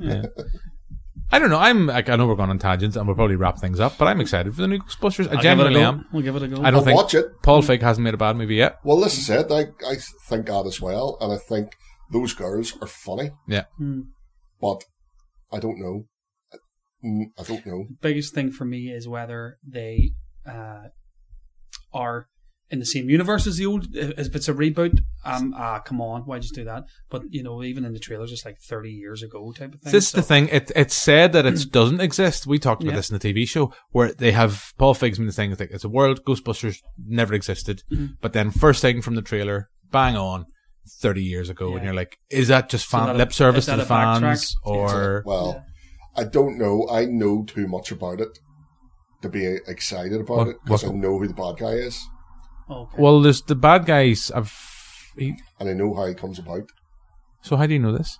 B: Yeah. I don't know. I'm. Like, I know we're going on tangents, and we'll probably wrap things up. But I'm excited for the new Ghostbusters. I
D: I'll give it a
B: genuinely
D: go.
B: am.
D: We'll give it a go.
B: I don't
C: I'll
B: think
C: watch it
B: Paul Feig hasn't made a bad movie yet.
C: well this is it I, I think that as well and I think those girls are funny
D: Hmm.
C: but I don't know. Mm, I don't know.
D: biggest thing for me is whether they uh, are in the same universe as the old. If it's a reboot, um, ah, come on, why'd you do that? But you know, even in the trailers, it's like thirty years ago type of thing.
B: This is
D: so-
B: the thing. It it's said that it [clears throat] doesn't exist. We talked about
D: Yeah.
B: this in the TV show where they have Paul Feig's been the thing. It's like, it's a world Ghostbusters never existed,
D: Mhm.
B: but then first thing from the trailer, bang on, thirty years ago, and
D: Yeah.
B: you're like, is that just
D: So
B: fan
D: that a-
B: lip service
D: is
B: to
D: that
B: the
D: a backtrack?
B: fans or?
C: Well, I don't know. I know too much about it to be excited about
B: What-
C: it because I
B: what-
C: know who the bad guy is
D: Okay.
B: Well, there's the bad guys. I've. He,
C: and I know how he comes about.
B: so how do you know this?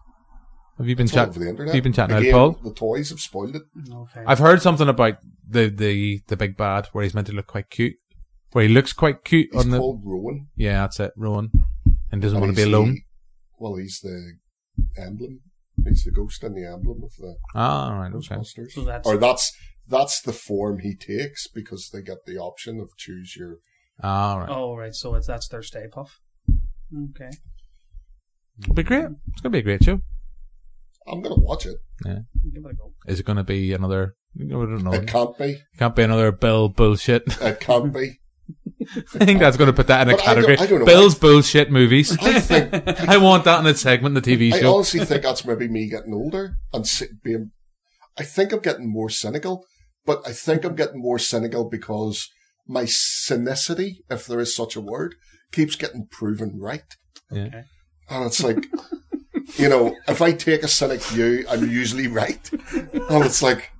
B: Have you been
C: It's all
B: chatting?
C: over the internet.
B: You've been chatting out,
C: Again,
B: Paul.
C: The toys have spoiled it.
D: okay.
B: I've heard something about the, the the big bad where he's meant to look quite cute, where he looks quite cute
C: He's
B: on the
C: called Rowan.
B: yeah, that's it, Rowan, and doesn't
C: and
B: want to be
C: he's the-
B: alone.
C: well, he's the emblem. He's the ghost in the emblem of the
B: Ah, all right, okay.
C: Ghostbusters.
D: So that's-
C: or that's that's the form he takes because they get the option of choose your.
B: Ah, all right.
D: oh right, so it's that's their Stay Puff. Okay.
B: It'll be great. It's gonna be a great show.
C: I'm gonna watch it.
D: Give it a go.
B: Is it gonna be another? I don't know.
C: It can't be.
B: Can't be another Bill bullshit. [laughs]
C: It can't be.
B: I think that's gonna put that in a
C: But I don't-
B: category.
C: I don't know.
B: Bill's bullshit movies. [laughs]
C: I think
B: I want that in a segment, in the TV
C: I
B: show.
C: honestly think that's maybe me getting older and si- being. I think I'm getting more cynical, but I think I'm getting more cynical because my cynicity, if there is such a word, keeps getting proven right.
B: Yeah.
D: Okay.
C: And it's like, you know, if I take a cynic view, I'm usually right. And it's like,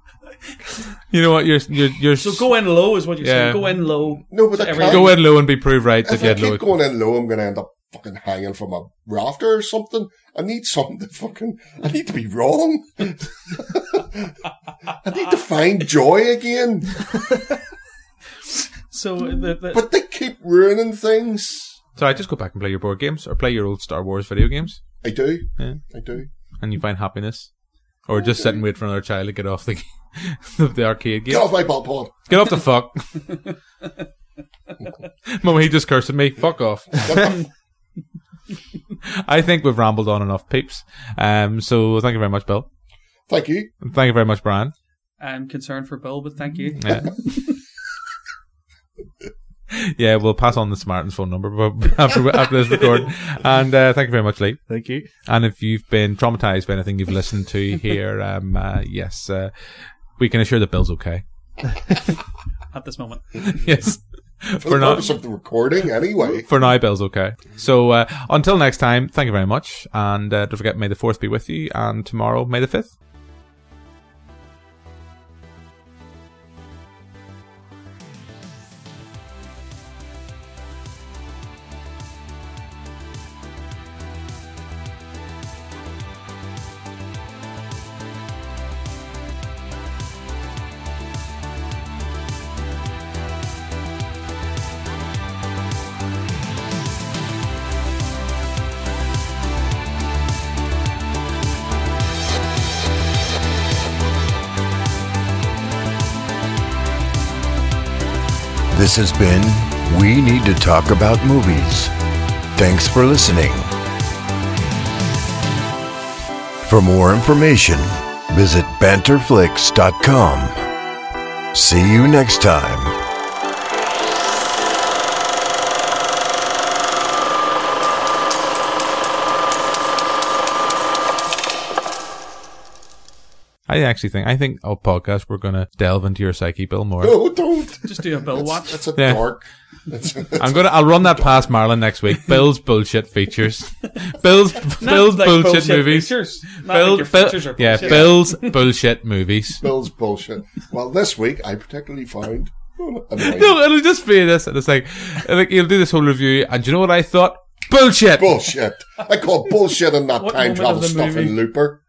B: You know what? You're you're you're
D: So go in low is what you're
B: Yeah.
D: saying. Go in low.
C: No, but I
D: Every-
C: can't.
B: go in low and be proved right to
C: if I
B: get low.
C: keep going in low, I'm going to end up fucking hanging from a rafter or something. I need something to fucking. I need to be wrong. [laughs] I need to find joy again.
D: So the, the,
C: But they keep ruining things.
B: So I just go back and play your board games or play your old Star Wars video games,
C: I do.
B: Yeah.
C: I do.
B: and you find happiness, or just sit and wait for another child to get off the [laughs] the arcade game.
C: Get off my butt pod.
B: Get off the fuck. Mum, he just cursed at me. Fuck off. [laughs] I think we've rambled on enough, peeps. Um, so thank you very much, Bill.
C: Thank you.
B: And Thank you very much, Brian.
D: I'm concerned um, for Bill, but thank you.
B: Yeah. yeah, we'll pass on the Smartens phone number [laughs] but- after, after this record. And uh, thank you very much, Lee.
E: Thank you.
B: And if you've been traumatized by anything you've listened to here, um, uh, yes, uh, we can assure that Bill's okay.
D: At this moment,
B: [laughs] yes.
C: For,
B: For
C: the
B: now-
C: purpose of the recording, anyway.
B: For now, Bill's okay. So uh, until next time, thank you very much. And uh, don't forget, may the 4th be with you. And tomorrow, may the 5th.
A: This has been We Need to Talk About Movies. Thanks for listening. For more information, visit banterflix.com. See you next time.
B: I actually think, I think, oh, podcast, we're going to delve into your psyche, Bill, more.
D: Oh.
C: No, don't.
D: just do a Bill watch.
C: That's a
B: Yeah.
C: dark. That's [laughs] a,
B: I'm gonna. I'll run that past Marlon next
D: [laughs]
B: week. Bill's bullshit features. Bill's
D: Not
B: Bill's
D: like
B: bullshit, movies.
D: Features.
B: Bill-
D: Not like your
B: Bill-
D: features are
B: yeah,
D: bullshit. [laughs]
B: Bill's bullshit movies.
C: Bill's bullshit. Well, this week I particularly found. Anyway,
B: [laughs] No, it'll just be this, and it's like, like he'll do this whole review, and do you know what I thought? Bullshit.
C: bullshit. I call bullshit on that
D: What
C: time
D: moment
C: travel
D: of the
C: stuff
D: movie?
C: in Looper.